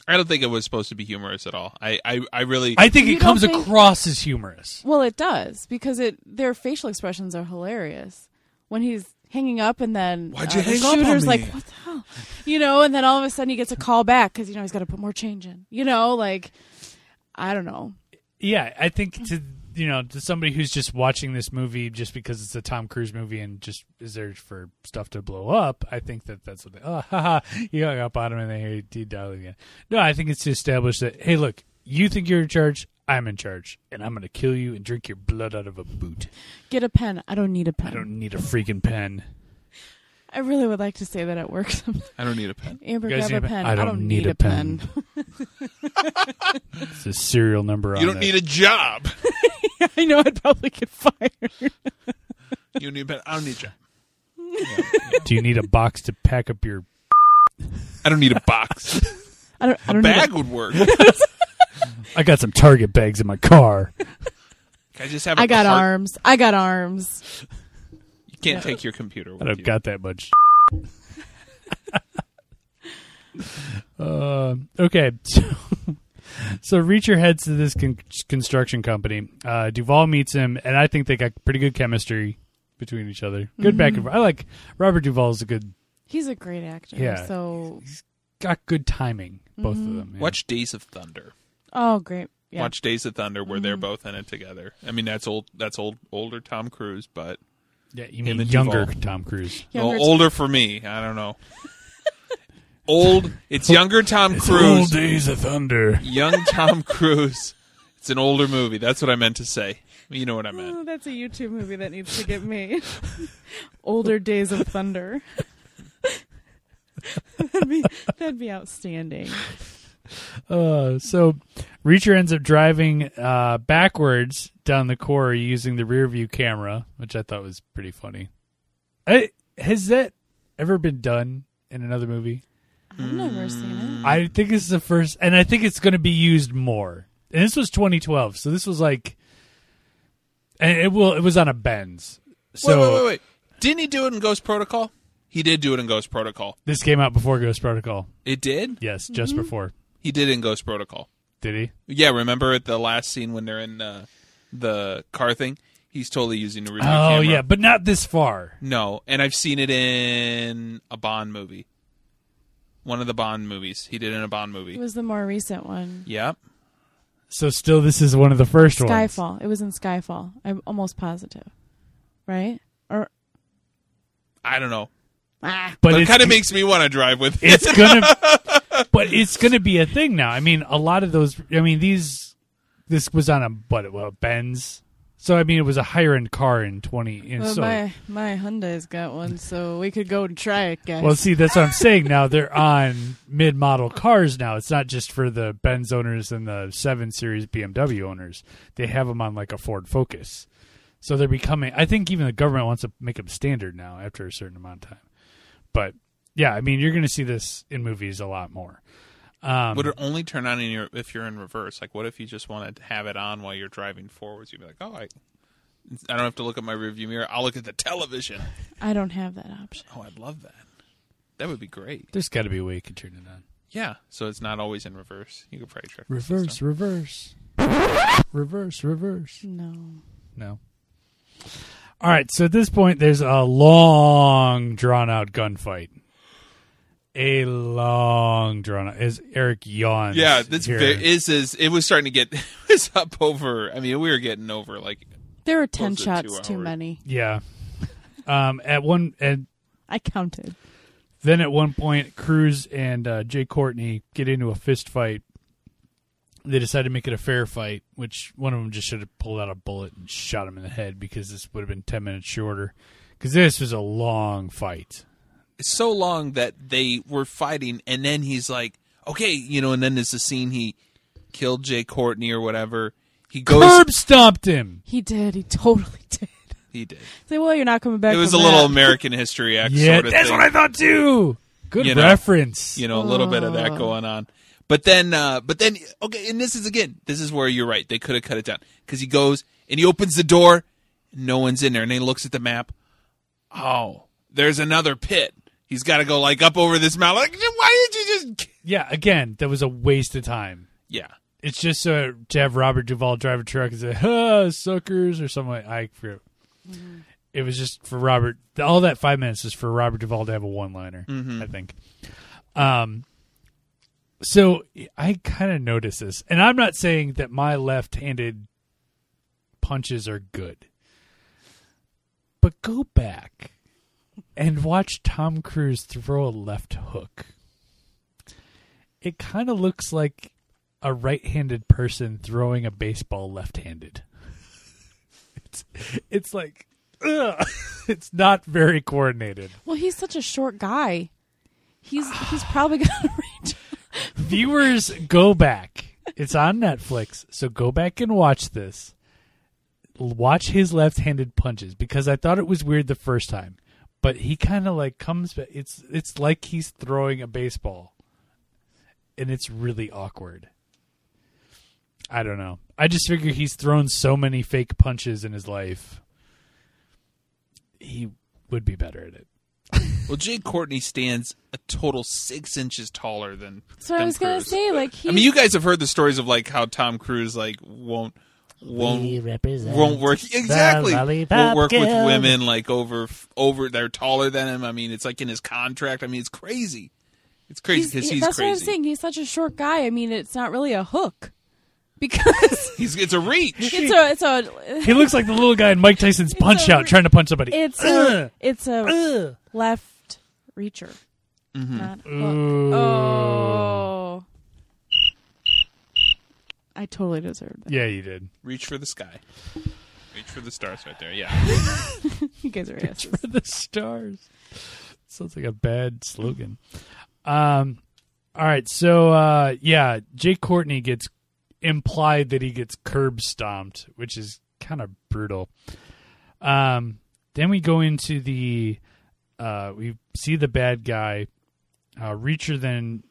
I don't think it was supposed to be humorous at all. I I, I really.
i think
You
it comes
don't think-
across as humorous
Well, it does because it their facial expressions are hilarious when he's hanging up and then
Why'd
uh,
you
the
hang up on
shooter's
me?
like what the hell you know and then all of a sudden he gets a call back because you know he's got to put more change in you know like I don't know
yeah i think to you know to somebody who's just watching this movie just because it's a Tom Cruise movie and just is there for stuff to blow up, I think that that's what they. Oh, haha! You hung up on him and then he, he dialed again. No, I think it's to establish that hey, look, you think you're in charge. I'm in charge, and I'm going to kill you and drink your blood out of a boot.
Get a pen. I don't need a pen.
I don't need a freaking pen.
I really would like to say that at work. sometime.
I don't need a pen.
Amber,
You guys
grab a
need a
pen.
pen? I don't need a pen. It's a serial number.
You don't need a job.
I know I'd probably get fired.
You don't need a pen. I don't need a job.
a. Do you need a box to pack up your?
I don't need a box.
I don't. I
a
don't
bag
Need
would work.
I got some Target bags in my car.
I just have.
a,
I
I got arms. I got arms.
You can't take your computer. With
I don't
you.
got that much. uh, okay, so, so Reacher heads to this con- construction company. Uh, Duvall meets him, and I think they got pretty good chemistry between each other. Good
Mm-hmm.
back and forth. I like Robert Duvall's a good
He's a great actor.
Yeah.
So
got good timing. Both
Mm-hmm.
of them. yeah.
Watch Days of Thunder.
oh great. Yeah.
Watch Days of Thunder where they're both in it together. I mean, that's old. That's old. Older Tom Cruise, but
Yeah, you mean
and
younger
Duvall.
Tom Cruise.
well,
Younger-
older for me. I don't know. old. It's younger Tom
Old
Cruise.
days of thunder.
Young Tom Cruise. It's an older movie. That's what I meant to say. You know what I meant.
Oh, that's a YouTube movie that needs to get made. Older Days of Thunder. that'd be that'd be outstanding.
Uh, so Reacher ends up driving uh, backwards down the quarry using the rear view camera, which I thought was pretty funny. I, has that ever been done in another movie?
I've never seen it.
I think this is the first, and I think it's going to be used more. And this was 2012, so this was like, and it will. It was on a Benz, so
wait, wait, wait, wait. Didn't he do it in Ghost Protocol? He did do it in Ghost Protocol.
this came out before Ghost Protocol.
It did.
Yes, just
Mm-hmm.
before.
He did in Ghost Protocol.
Did he?
Yeah, remember at the last scene when they're in uh, the car thing? He's totally using the rear
Oh
view camera.
yeah, but not this far.
No, and I've seen it in a Bond movie. One of the Bond movies. He did it in a Bond
It
movie.
was the more recent one.
Yep.
So still, this is one of the first ones.
Skyfall. It was in Skyfall. I'm almost positive. Right? Or
I don't know.
ah,
But, it
it's-
kind of makes me want to drive with it.
it's gonna but it's gonna be a thing now i mean a lot of those i mean these this was on a what well benz so i mean it was a higher end car in 20 and
well,
so
Oh, my my Hyundai's got one, so we could go and try it, guys.
well see that's what i'm saying now they're on mid-model cars now it's not just for the benz owners and the 7 series bmw owners they have them on like a ford focus so they're becoming i think even the government wants to make them standard now after a certain amount of time but yeah i mean you're gonna see this in movies a lot more um,
Would it only turn on in your if you're in reverse? Like, what if you just want to have it on while you're driving forwards? You'd be like, oh, I, I don't have to look at my rearview mirror. I'll look at the television.
I don't have that option.
Oh, I'd love that. That would be great.
There's got to be a way you can turn it on.
Yeah. So it's not always in reverse. You could probably try
Reverse, reverse. Reverse, reverse.
No.
No. All right, so at this point, there's a long, drawn out gunfight. A long drawn out. As Eric yawns.
Yeah, this
here.
ve- is is it was starting to get it was up over. I mean, we were getting over like
There were ten
Close to
shots
two
too
hours.
many.
yeah. Um, at one, and
I counted.
then at one point, Cruz and uh, Jay Courtney get into a fist fight. They decide to make it a fair fight, which one of them just should have pulled out a bullet and shot him in the head because this would have been 10 minutes shorter. Because this was a long fight.
so long that they were fighting, and then he's like, okay, you know, and then there's the scene he killed Jay Courtney or whatever. He goes.
Curb stomped him.
He did. He totally did.
He did.
Say, well, you're not coming back.
It was a
from
little
that.
American History X
Yeah,
sort of
that's
thing.
what I thought too. Good
You know,
reference.
you know, a little bit of that
Oh.
going on. But then, uh, but then, okay, and this is again, this is where you're right. They could have cut it down because he goes and he opens the door, no one's in there, and he looks at the map. Oh, there's another pit. He's got to go like up over this mountain. Like, why did you just?
yeah, again, that was a waste of time.
Yeah,
It's just so to have Robert Duvall drive a truck and say, ah, suckers, or something like I forget. It was just for Robert. All that five minutes is for Robert Duvall to have a one liner, I think. Um, so I kind of noticed this. And I'm not saying that my left handed punches are good. But go back and watch Tom Cruise throw a left hook. It kind of looks like a right-handed person throwing a baseball left-handed. It's it's like ugh, it's not very coordinated.
Well, he's such a short guy. He's he's probably gonna reach.
Viewers, go back. It's on Netflix, so go back and watch this. L- Watch his left-handed punches because I thought it was weird the first time, but he kind of like comes. ba- It's it's like he's throwing a baseball, and it's really awkward. I don't know. I just figure he's thrown so many fake punches in his life. He would be better at it.
Well, Jake Courtney stands a total six inches taller than.
That's what I
than
was gonna
Cruise.
say. Like he.
I mean, you guys have heard the stories of like how Tom Cruise like won't
We
won't
represent
won't work exactly
Lollipop
won't work with
Guild.
women like over over they're taller than him. I mean, it's like in his contract. I mean, it's crazy. It's crazy
he's,
because
he-
he's,
that's
crazy.
what I'm saying. He's such a short guy. I mean, it's not really a hook because
He's it's a reach.
it's a it's a
He looks like the little guy in Mike Tyson's Punch
a
Out
re-
trying to punch somebody.
it's
Ugh.
a it's a
Ugh.
left reacher,
Mm-hmm.
not hook.
Ooh.
Oh. I totally deserved that.
Yeah, you did.
Reach for the sky. Reach for the stars right there. Yeah.
You guys are asses.
For the stars. Sounds like a bad slogan. Um, all right, so uh, yeah, Jake Courtney gets implied that he gets curb stomped, which is kind of brutal. Um, then we go into the uh, we see the bad guy. Uh, Reacher then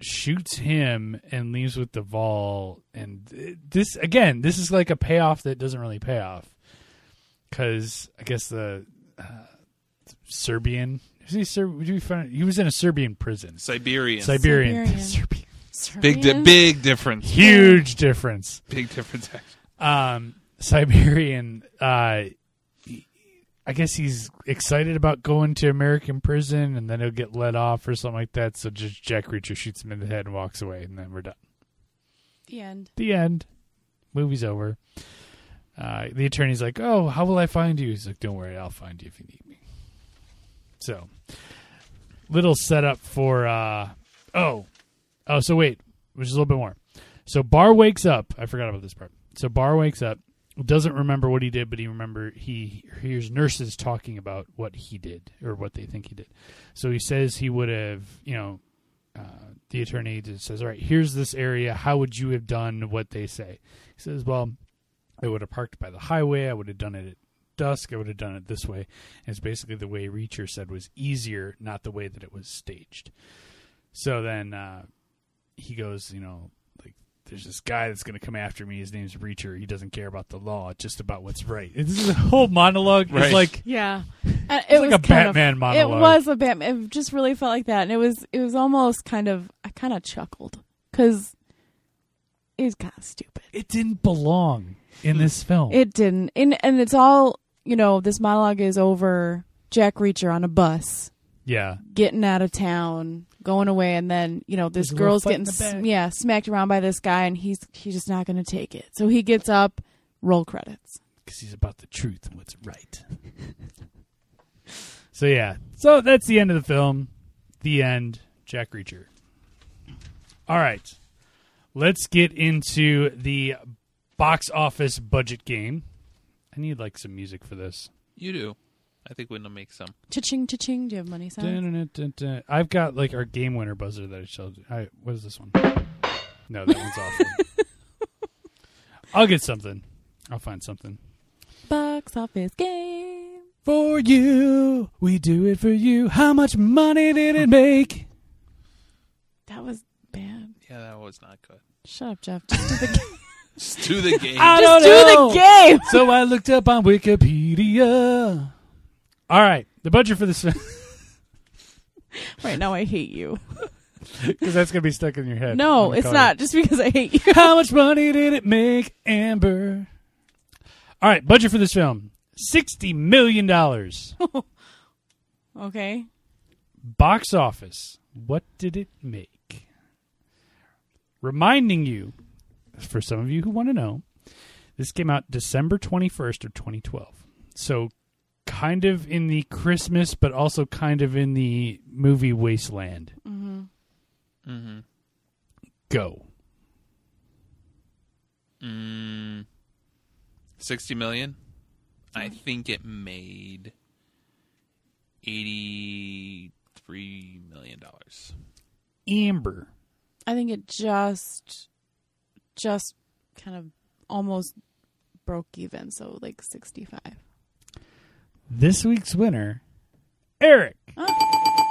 shoots him and leaves with Duvall. And th- this again, this is like a payoff that doesn't really pay off because I guess the uh, Serbian. Is he Ser- would you find, he was in a Serbian prison.
Siberian.
Siberian.
Siberian.
Serbian.
Big di-
Serbian?
big difference.
Huge difference.
Big difference. actually.
Um, Siberian. Uh, I guess he's excited about going to American prison, and then he'll get let off or something like that. So just Jack Reacher shoots him in the head and walks away, and then we're done.
The end.
The end. Movie's over. Uh, the attorney's like, "Oh, how will I find you?" He's like, "Don't worry, I'll find you if you need me." So, little setup for uh, oh, oh. So wait, which is a little bit more. So Barr wakes up. I forgot about this part. So Barr wakes up, doesn't remember what he did, but he remember he hears nurses talking about what he did or what they think he did. So he says he would have, you know, uh, the attorney just says, "All right, here's this area. How would you have done what they say?" He says, "Well, I would have parked by the highway. I would have done it at dusk. I would have done it this way." And it's basically the way Reacher said was easier, not the way that it was staged. So then uh, he goes, you know, like there's this guy that's going to come after me. His name's Reacher. He doesn't care about the law, just about what's right. This is a whole monologue.
Right.
It's like
Yeah. Uh, it
like
was
a
kind
Batman
of,
monologue.
It was a Batman. It just really felt like that. And it was it was almost kind of I kind of chuckled cuz it was kind of stupid.
it didn't belong in this film.
It didn't. And and it's all, you know, this monologue is over Jack Reacher on a bus
yeah.
getting out of town, going away, and then you know this
There's a little
girl's
fight in
getting
the
s
back.
yeah smacked around by this guy, and he's he's just not going to take it. So he gets up, roll credits.
because he's about the truth and what's right. so yeah, so that's the end of the film. The end. Jack Reacher. All right, let's get into the box office budget game. I need like some music for this.
You do. I think we'll make some.
Cha-ching, cha-ching. Do you have money sound?
Dun-dun-dun-dun. I've got like our game winner buzzer that I showed. you. I, what is this one? No, that one's off. I'll get something. I'll find something.
Box office game.
For you, we do it for you. How much money did it make?
That was bad.
Yeah, that was not good.
Shut up, Jeff. Just do the game.
Just do the game.
I
Just
don't
do
know.
the game.
so I looked up on Wikipedia. All right, the budget for this because
Right now, I hate you.
that's gonna be stuck in your head. I'm
No,
gonna
it's
call
not. Just because I hate you.
you. How much money did it make, Amber? All right, budget for this film: sixty million dollars.
Okay.
Box office. What did it make? Reminding you, for some of you who want to know, This came out December 21st of 2012. So kind of in the Christmas but also kind of in the movie wasteland.
Mm-hmm.
Mm-hmm.
Go.
Mm, 60 million. I think it made 83 million dollars.
Amber.
I think it just, just kind of almost broke even. So like sixty-five.
This week's winner, Eric.
Oh.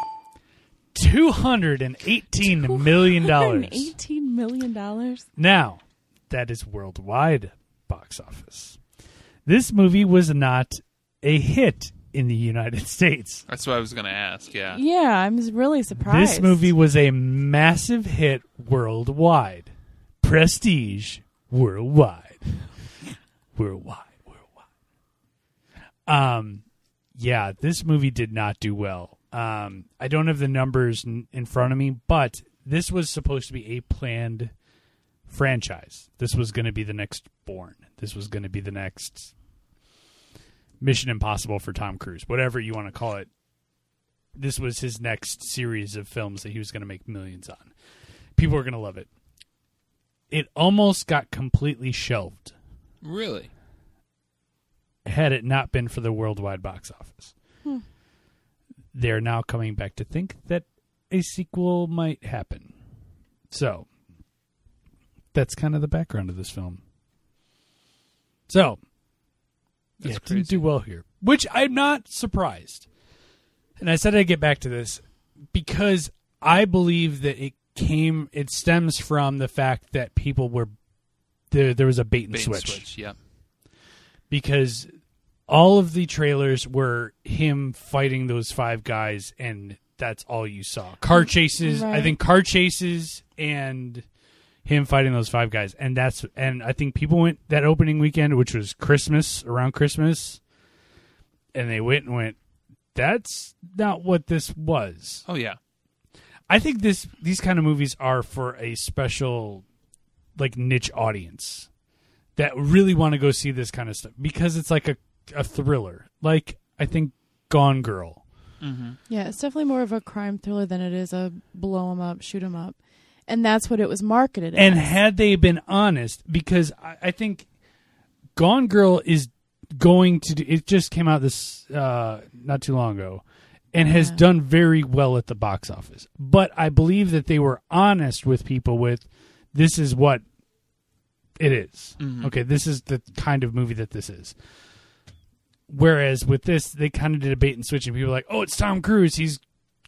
Two hundred and eighteen million dollars.
Eighteen million dollars.
Now, that is worldwide box office. This movie was not a hit in the United States.
That's what I was going to ask. Yeah.
Yeah, I'm s- really surprised.
Uh, This movie was a massive hit worldwide. Prestige worldwide. worldwide. Worldwide. Um yeah, this movie did not do well. Um I don't have the numbers in, in front of me, but this was supposed to be a planned franchise. This was going to be the next Born. This was going to be the next Mission Impossible for Tom Cruise, whatever you want to call it this was his next series of films that he was going to make millions on. People are going to love it. It almost got completely shelved
Really?
had it not been for the worldwide box office. They're now coming back to think that a sequel might happen. So that's kind of the background of this film. So
That's
yeah, it didn't
crazy.
do well here, which I'm not surprised. And I said I'd get back to this because I believe that it came, it stems from the fact that people were there. There was a bait and,
Bait and
switch
switch. Yeah.
because all of the trailers were him fighting those five guys and that's all you saw car chases i
Right.
think car chases and him fighting those five guys and that's and i think people went that opening weekend which was christmas around christmas and they went and went that's not what this was
Oh yeah.
i think this these kind of movies are for a special like niche audience that really want to go see this kind of stuff because it's like a, a thriller. Like I think Gone Girl.
Yeah, it's definitely more of a crime thriller than it is a blow 'em up, shoot 'em up, and that's what it was marketed
And
as.
had they been honest, because I, I think Gone Girl is going to do, it just came out this uh, not too long ago and has
Yeah.
done very well at the box office. But I believe that they were honest with people with this is what it is. Okay, this is the kind of movie that this is. Whereas with this, they kind of did a bait and switch, and people were like, "Oh, it's Tom Cruise. He's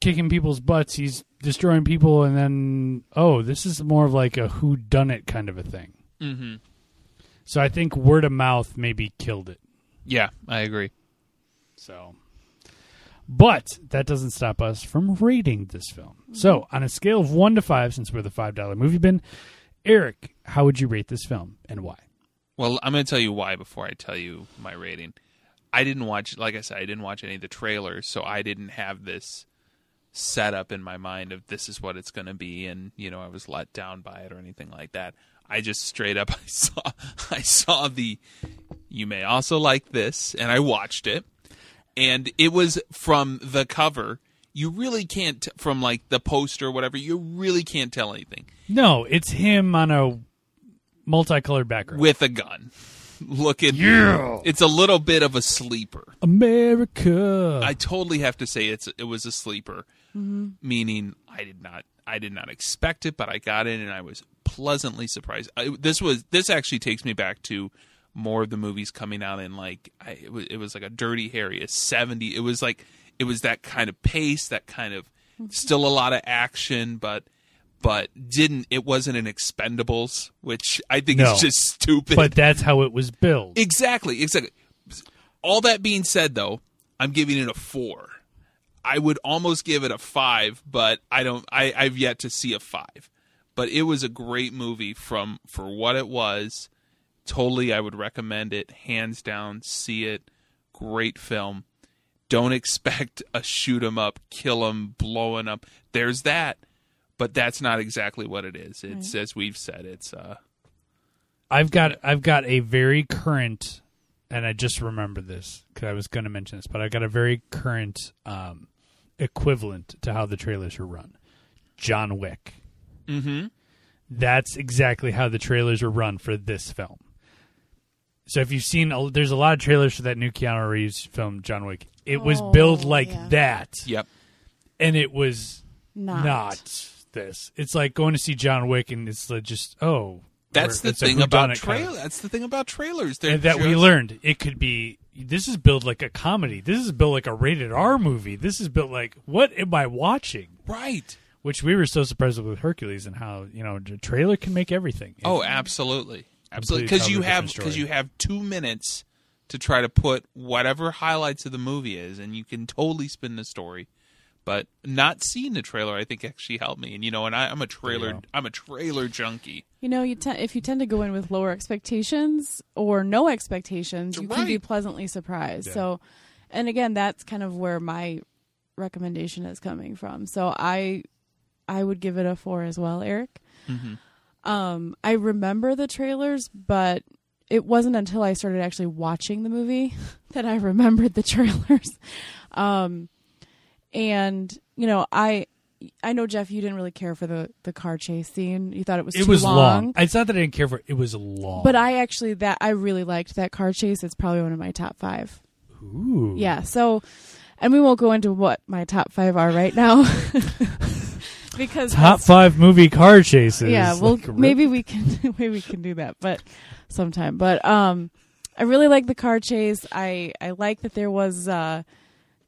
kicking people's butts. He's destroying people." And then, oh, this is more of like a who done it kind of a thing.
Mm-hmm.
So I think word of mouth maybe killed it.
Yeah, I agree.
So, but that doesn't stop us from rating this film. So, on a scale of one to five, since we're the five dollar movie bin, Eric, how would you rate this film and why?
Well, I'm going to tell you why before I tell you my rating. I didn't watch, like I said, I didn't watch any of the trailers, so I didn't have this set up in my mind of this is what it's going to be, and you know I was let down by it or anything like that. I just straight up I saw I saw the you may also like this, and I watched it, and it was from the cover. You really can't t- from like the poster or whatever. You really can't tell anything.
No, it's him on a multicolored background.
with a gun. Look at
Yeah. Oh.
It's a little bit of a sleeper.
America.
I totally have to say it's it was a sleeper, meaning I did not I did not expect it, but I got in and I was pleasantly surprised. I, this was this actually takes me back to more of the movies coming out in like I, it, was, it was like a Dirty Harry, a seventy. It was like it was that kind of pace, that kind of still a lot of action, but but didn't it wasn't an Expendables, which I think
No.
is just stupid.
but that's how it was built.
Exactly, exactly. All that being said, though, I'm giving it a four. I would almost give it a five, but I don't. I, I've yet to see a five. But it was a great movie from for what it was. Totally, I would recommend it hands down. See it, great film. Don't expect a shoot 'em up, kill 'em, blowing up. There's that, but that's not exactly what it is. It's as we've said. It's uh,
I've got I've got a very current, and I just remembered this because I was going to mention this, but I got a very current um, equivalent to how the trailers are run. John Wick.
Mm-hmm.
That's exactly how the trailers are run for this film. So if you've seen, a- there's a lot of trailers for that new Keanu Reeves film, John Wick. It was
Oh,
billed like
yeah.
that,
Yep.
and it was
Not.
not. this. It's like going to see John Wick, and it's like just oh,
That's
we're-
the
it's a
thing about
whodunit kind of-
trailers. That's the thing about trailers. They're
and that we
just-
learned it could be this is built like a comedy this is built like a rated r movie this is built like what am i watching
right.
which we were so surprised with hercules and how you know the trailer can make everything
Oh, absolutely,
Completely
absolutely. Because you
totally
have
different
because
story.
you have two minutes to try to put whatever highlights of the movie is, and you can totally spin the story. But not seeing the trailer, I think, actually helped me. And you know, and I, I'm a trailer,
go.
I'm a trailer junkie.
You know, you te- if you tend to go in with lower expectations or no expectations, you can be
Right.
pleasantly surprised.
Yeah.
So, and again, that's kind of where my recommendation is coming from. So I, I would give it a four as well, Eric. Um, I remember the trailers, but it wasn't until I started actually watching the movie that I remembered the trailers. Um, and you know, I. I know Jeff, you didn't really care for the, the car chase scene. You thought it was
it
too
was long.
long.
it's not that i didn't care for it it was long
But I actually that I really liked that car chase. It's probably one of my top five.
Ooh.
Yeah. So, and we won't go into what my top five are right now, because
top
that's-
five movie car chases
Yeah. Well,
Like, really?
maybe we can maybe we can do that, but sometime. But um, I really like the car chase. I I like that there was uh,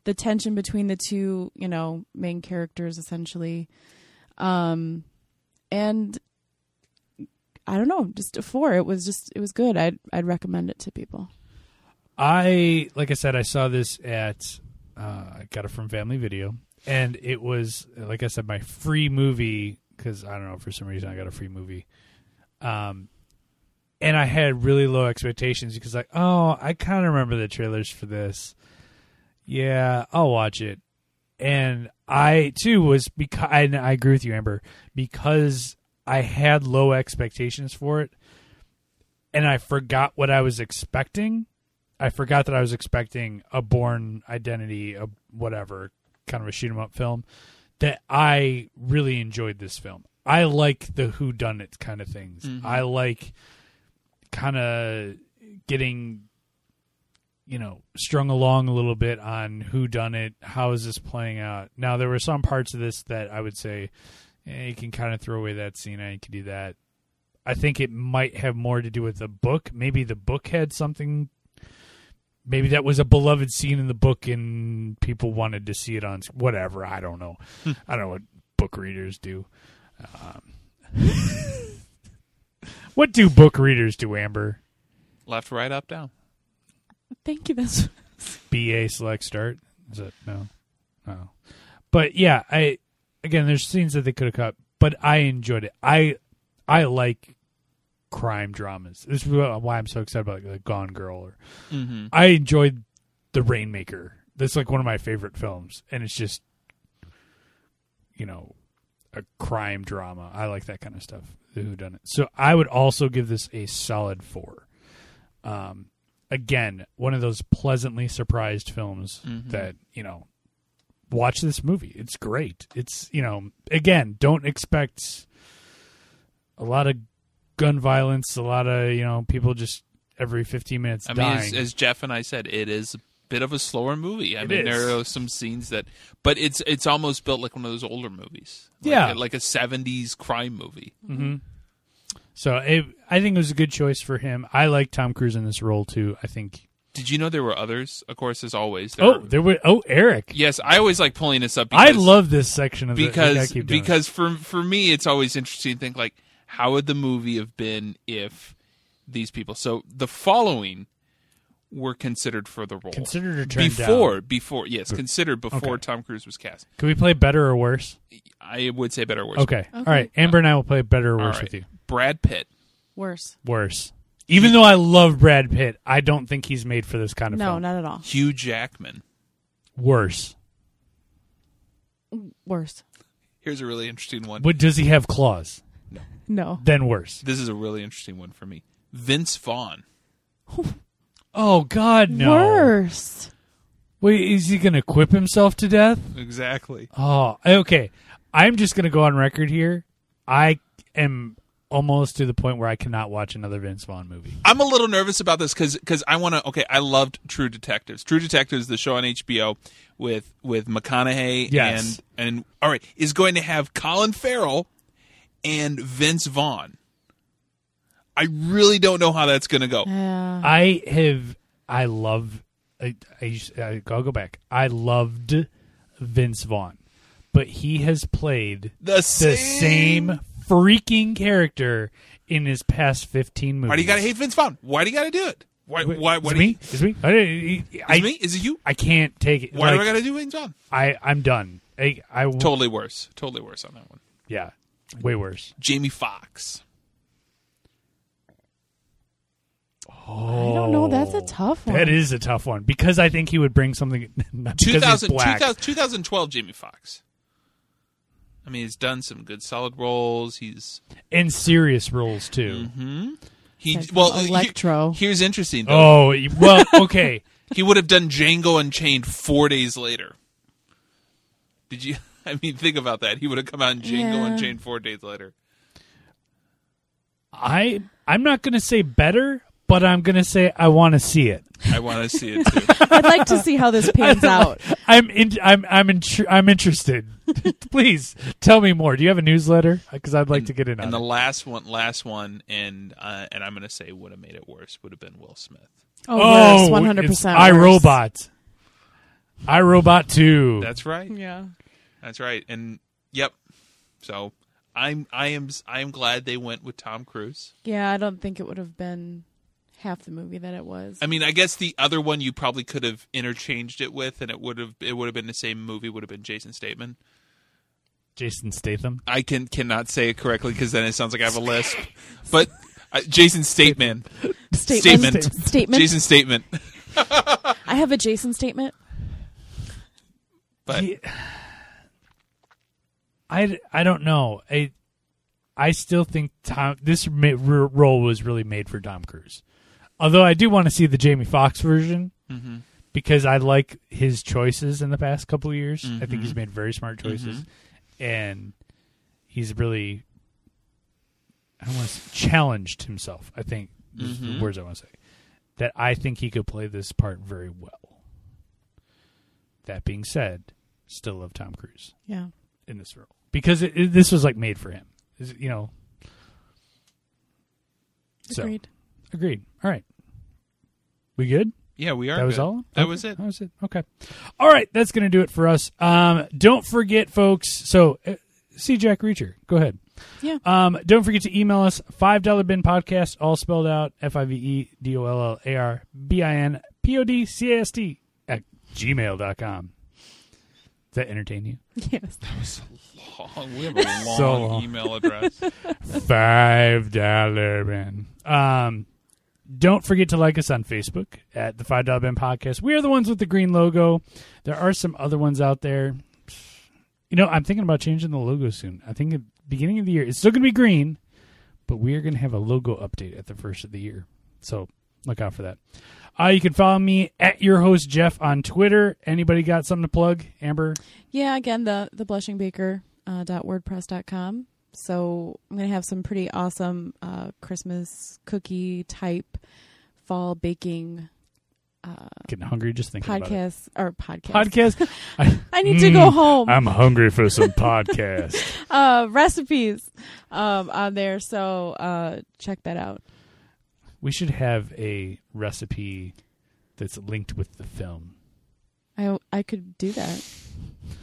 the tension between the two you know main characters essentially, um, and. I don't know, just a four. It was just, it was good. I'd, I'd recommend it to people.
I like I said, I saw this at uh, I got it from Family Video, and it was like I said, my free movie because I don't know for some reason I got a free movie, um, and I had really low expectations because like oh I kind of remember the trailers for this, yeah I'll watch it, and I too was because and I agree with you Amber because I had low expectations for it, and I forgot what I was expecting. I forgot that I was expecting a Born Identity, a whatever kind of a shoot 'em up film. That I really enjoyed this film. I like the who done it kind of things. I like kind of getting you know strung along a little bit on who done it how is this playing out now there were some parts of this that i would say eh, you can kind of throw away that scene i could do that i think it might have more to do with the book maybe the book had something maybe that was a beloved scene in the book and people wanted to see it on whatever i don't know i don't know what book readers do um, what do book readers do amber
Left, right, up, down.
Thank you. That's
BA select start. Is it no? No. But yeah, I again there's scenes that they could have cut, but I enjoyed it. I I like crime dramas. This is why I'm so excited about like Gone Girl or
Mm-hmm.
I enjoyed The Rainmaker. That's like one of my favorite films, and it's just, you know, a crime drama. I like that kind of stuff. Who done it? So I would also give this a solid four. Um, again, one of those pleasantly surprised films
Mm-hmm.
that you know. Watch this movie. It's great. It's you know, again, don't expect a lot of gun violence, a lot of you know, people just every fifteen minutes
I mean,
dying.
as, as Jeff and I said, it is a bit of a slower movie. I
It
mean,
is.
there are some scenes that, but it's it's almost built like one of those older movies. Like-
Yeah.
like a '70s crime movie.
So it, I think it was a good choice for him. I like Tom Cruise in this role too. I think.
Did you know there were others? Of course, as always. There
Oh,
were-
there were. Oh, Eric.
yes, I always like pulling this up.
I
because-
love this section of the we
because
gotta keep doing
because for for me it's always interesting to think like how would the movie have been if these people so the following were considered for the role
it. considered or turned
before
down.
before yes considered before
Okay.
Tom Cruise was cast
Can we play better or worse?
I would say better or worse
Okay. All right. Amber and I will play better or
All
worse
right.
with you.
Brad Pitt
worse.
Worse. Even though I love Brad Pitt, I don't think he's made for this kind of
No,
film.
not at all.
Hugh Jackman
Worse.
Worse.
here's a really interesting one
What does he have claws?
No.
Then worse.
this is a really interesting one for me Vince Vaughn.
Oh God, no!
Worse.
Wait, is he going to quip himself to death?
Exactly.
Oh, okay. I'm just going to go on record here. I am almost to the point where I cannot watch another Vince Vaughn movie.
I'm a little nervous about this because I want to. Okay, I loved True Detectives. True Detectives, the show on HBO with with McConaughey
Yes.
and and all right is going to have Colin Farrell and Vince Vaughn. I really don't know how that's going to go.
Yeah.
I have. I love. I, I, used- I- I'll go back. I loved Vince Vaughn, but he has played
The
the
same.
same freaking character in his past 15 movies.
Why do you got to hate Vince Vaughn? Why do you got to do it? Why?
Wait,
Why?
is
Why
it
do
me?
You,
Is it me? I, I,
is
I,
it me? Is it you?
I can't take it.
Why
like,
do I got to do Vince Vaughn?
I, I'm done. I, I,
Totally worse. Totally worse on that one.
yeah, way worse.
Jamie Fox.
I don't know. That's a tough one.
That is a tough one because I think he would bring something. Not because he's
2000,
black.
2000 2012 Jamie Fox. I mean, he's done some good solid roles. He's
and serious roles too.
he
Like
well he-
Electro.
here's interesting though.
Oh y- well, okay.
He would have done Django Unchained four days later. Did you? I mean, think about that. He would have come out in Django
Yeah.
Unchained four days later.
I I'm not gonna say better, but I'm gonna say I want to see it.
I want to see it too.
I'd like to see how this pans out.
I'm in, I'm I'm intr- I'm interested. Please tell me more. Do you have a newsletter? Because I'd like to get in on
and the
it.
last one, last one, and uh, and I'm going to say would have made it worse. Would have been Will Smith.
Oh,
it's
worse. One hundred percent.
I Robot. I Robot Two.
That's right.
Yeah.
That's right. And yep. So I'm I am I am glad they went with Tom Cruise.
Yeah. I don't think it would have been half the movie that it was.
I mean, I guess the other one you probably could have interchanged it with, and it would have it would have been the same movie. Would have been Jason Statham.
Jason Statham.
I can cannot say it correctly because then it sounds like I have a lisp. But uh, Jason Statham.
statement.
Statement.
Statement.
Jason Statham.
I have a Jason statement.
But
Yeah. I, I don't know. I I still think Tom this ma- r- role was really made for Tom Cruise. Although I do want to see the Jamie Foxx version because I like his choices in the past couple of years. I think he's made very smart choices, and he's really I don't want to say, challenged himself. I think is the words I want to say that I think he could play this part very well. That being said, still love Tom Cruise
Yeah.
in this role because it, it- this was like made for him. Is it- you know. So,
Agreed.
agreed. All right. We good?
yeah, we are.
That was
good.
all?
That
Okay.
was it.
That was it. Okay. All right. That's going to do it for us. Um, don't forget, folks. So, uh, see Jack Reacher. Go ahead.
Yeah.
Um, don't forget to email us $5 bin podcast, all spelled out F I V E D O L L A R B I N P O D C A S T at gmail.com. Does that entertain you?
Yes.
Long- we have a long,
So long.
email address.
five dollar bin. Um, don't forget to like us on Facebook at the Five Dollar Bin Podcast. We are the ones with the green logo. There are some other ones out there. You know, I'm thinking about changing the logo soon. I think at the beginning of the year, it's still going to be green, but we are going to have a logo update at the first of the year. So look out for that. Uh, you can follow me at your host Jeff on Twitter. Anybody got something to plug? Amber,
Yeah, again, the the blushingbaker uh, dot wordpress.com. So I'm gonna have some pretty awesome uh, Christmas cookie type fall baking uh,
getting hungry just thinking about it.
podcasts or podcast.
Podcast. I,
I need to go
Mm,
home.
I'm hungry for some podcast.
Uh, recipes um, on there, so uh, check that out.
We should have a recipe that's linked with the film.
I I could do that.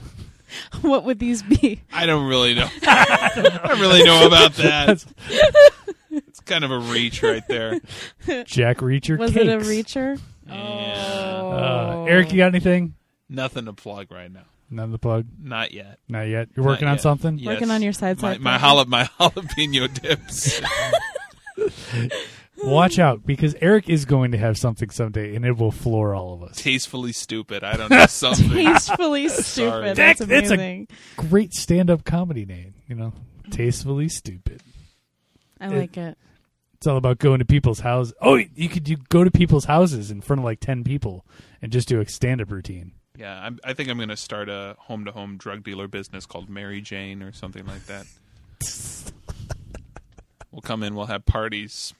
what would these be?
I don't really know. I don't really know about that. It's kind of a reach right there.
Jack Reacher
Was
cakes.
it a reacher?
Yeah.
Oh.
Uh, Eric, you got anything?
Nothing to plug right now.
None of the plug.
Not yet.
Not yet. You're working
Not
on
yet.
something.
Yes.
Working on your side
My,
side
my,
project.
jala- my jalapeno dips.
Hmm.
Watch out because Eric is going to have something someday, and it will floor all of us.
Tastefully stupid. I don't know something.
Tastefully stupid.
That's-
That's
that's a-
amazing.
Great stand-up comedy name, you know. Tastefully stupid.
I like it.
It's all about going to people's houses. Oh, you could you go to people's houses in front of like ten people and just do a stand-up routine.
Yeah, I'm, I think I'm going to start a home to home drug dealer business called Mary Jane or something like that. we'll come in, we'll have parties.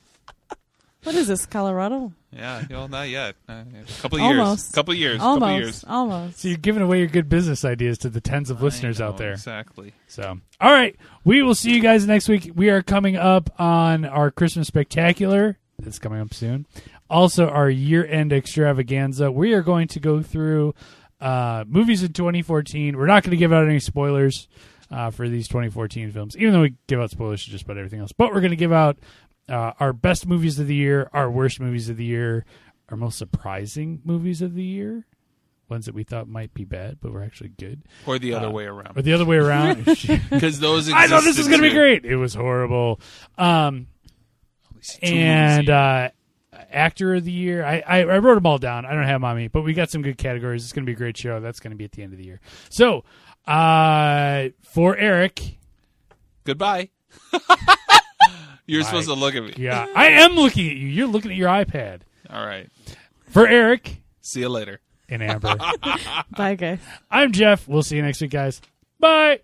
What is this, Colorado?
Yeah, well, not yet. Uh, a couple of years.
Almost.
couple of years. couple of years.
Almost, almost.
So you're giving away your good business ideas to the tens of listeners
I know,
out there.
Exactly.
So, all right, we will see you guys next week. We are coming up on our Christmas spectacular that's coming up soon. Also, our year-end extravaganza. We are going to go through uh, movies in 2014. We're not going to give out any spoilers uh, for these 2014 films, even though we give out spoilers to just about everything else. But we're going to give out uh, our best movies of the year, our worst movies of the year, our most surprising movies of the year. Ones that we thought might be bad, but were actually good,
Or the other
Uh,
way
or
around.
the other way around.
Because those
I thought this was going to be
existed
great. It was horrible. Um,
too.
and uh, actor of the year, I, I, I wrote them all down. I don't have them on me, but we got some good categories. It's going to be a great show. That's going to be at the end of the year. So, uh, for Eric,
Goodbye. You're supposed to look at me.
yeah, I am looking at you. You're looking at your iPad.
All right.
For Eric
See you later.
and Amber,
Bye, guys.
I'm Jeff. We'll see you next week, guys. Bye.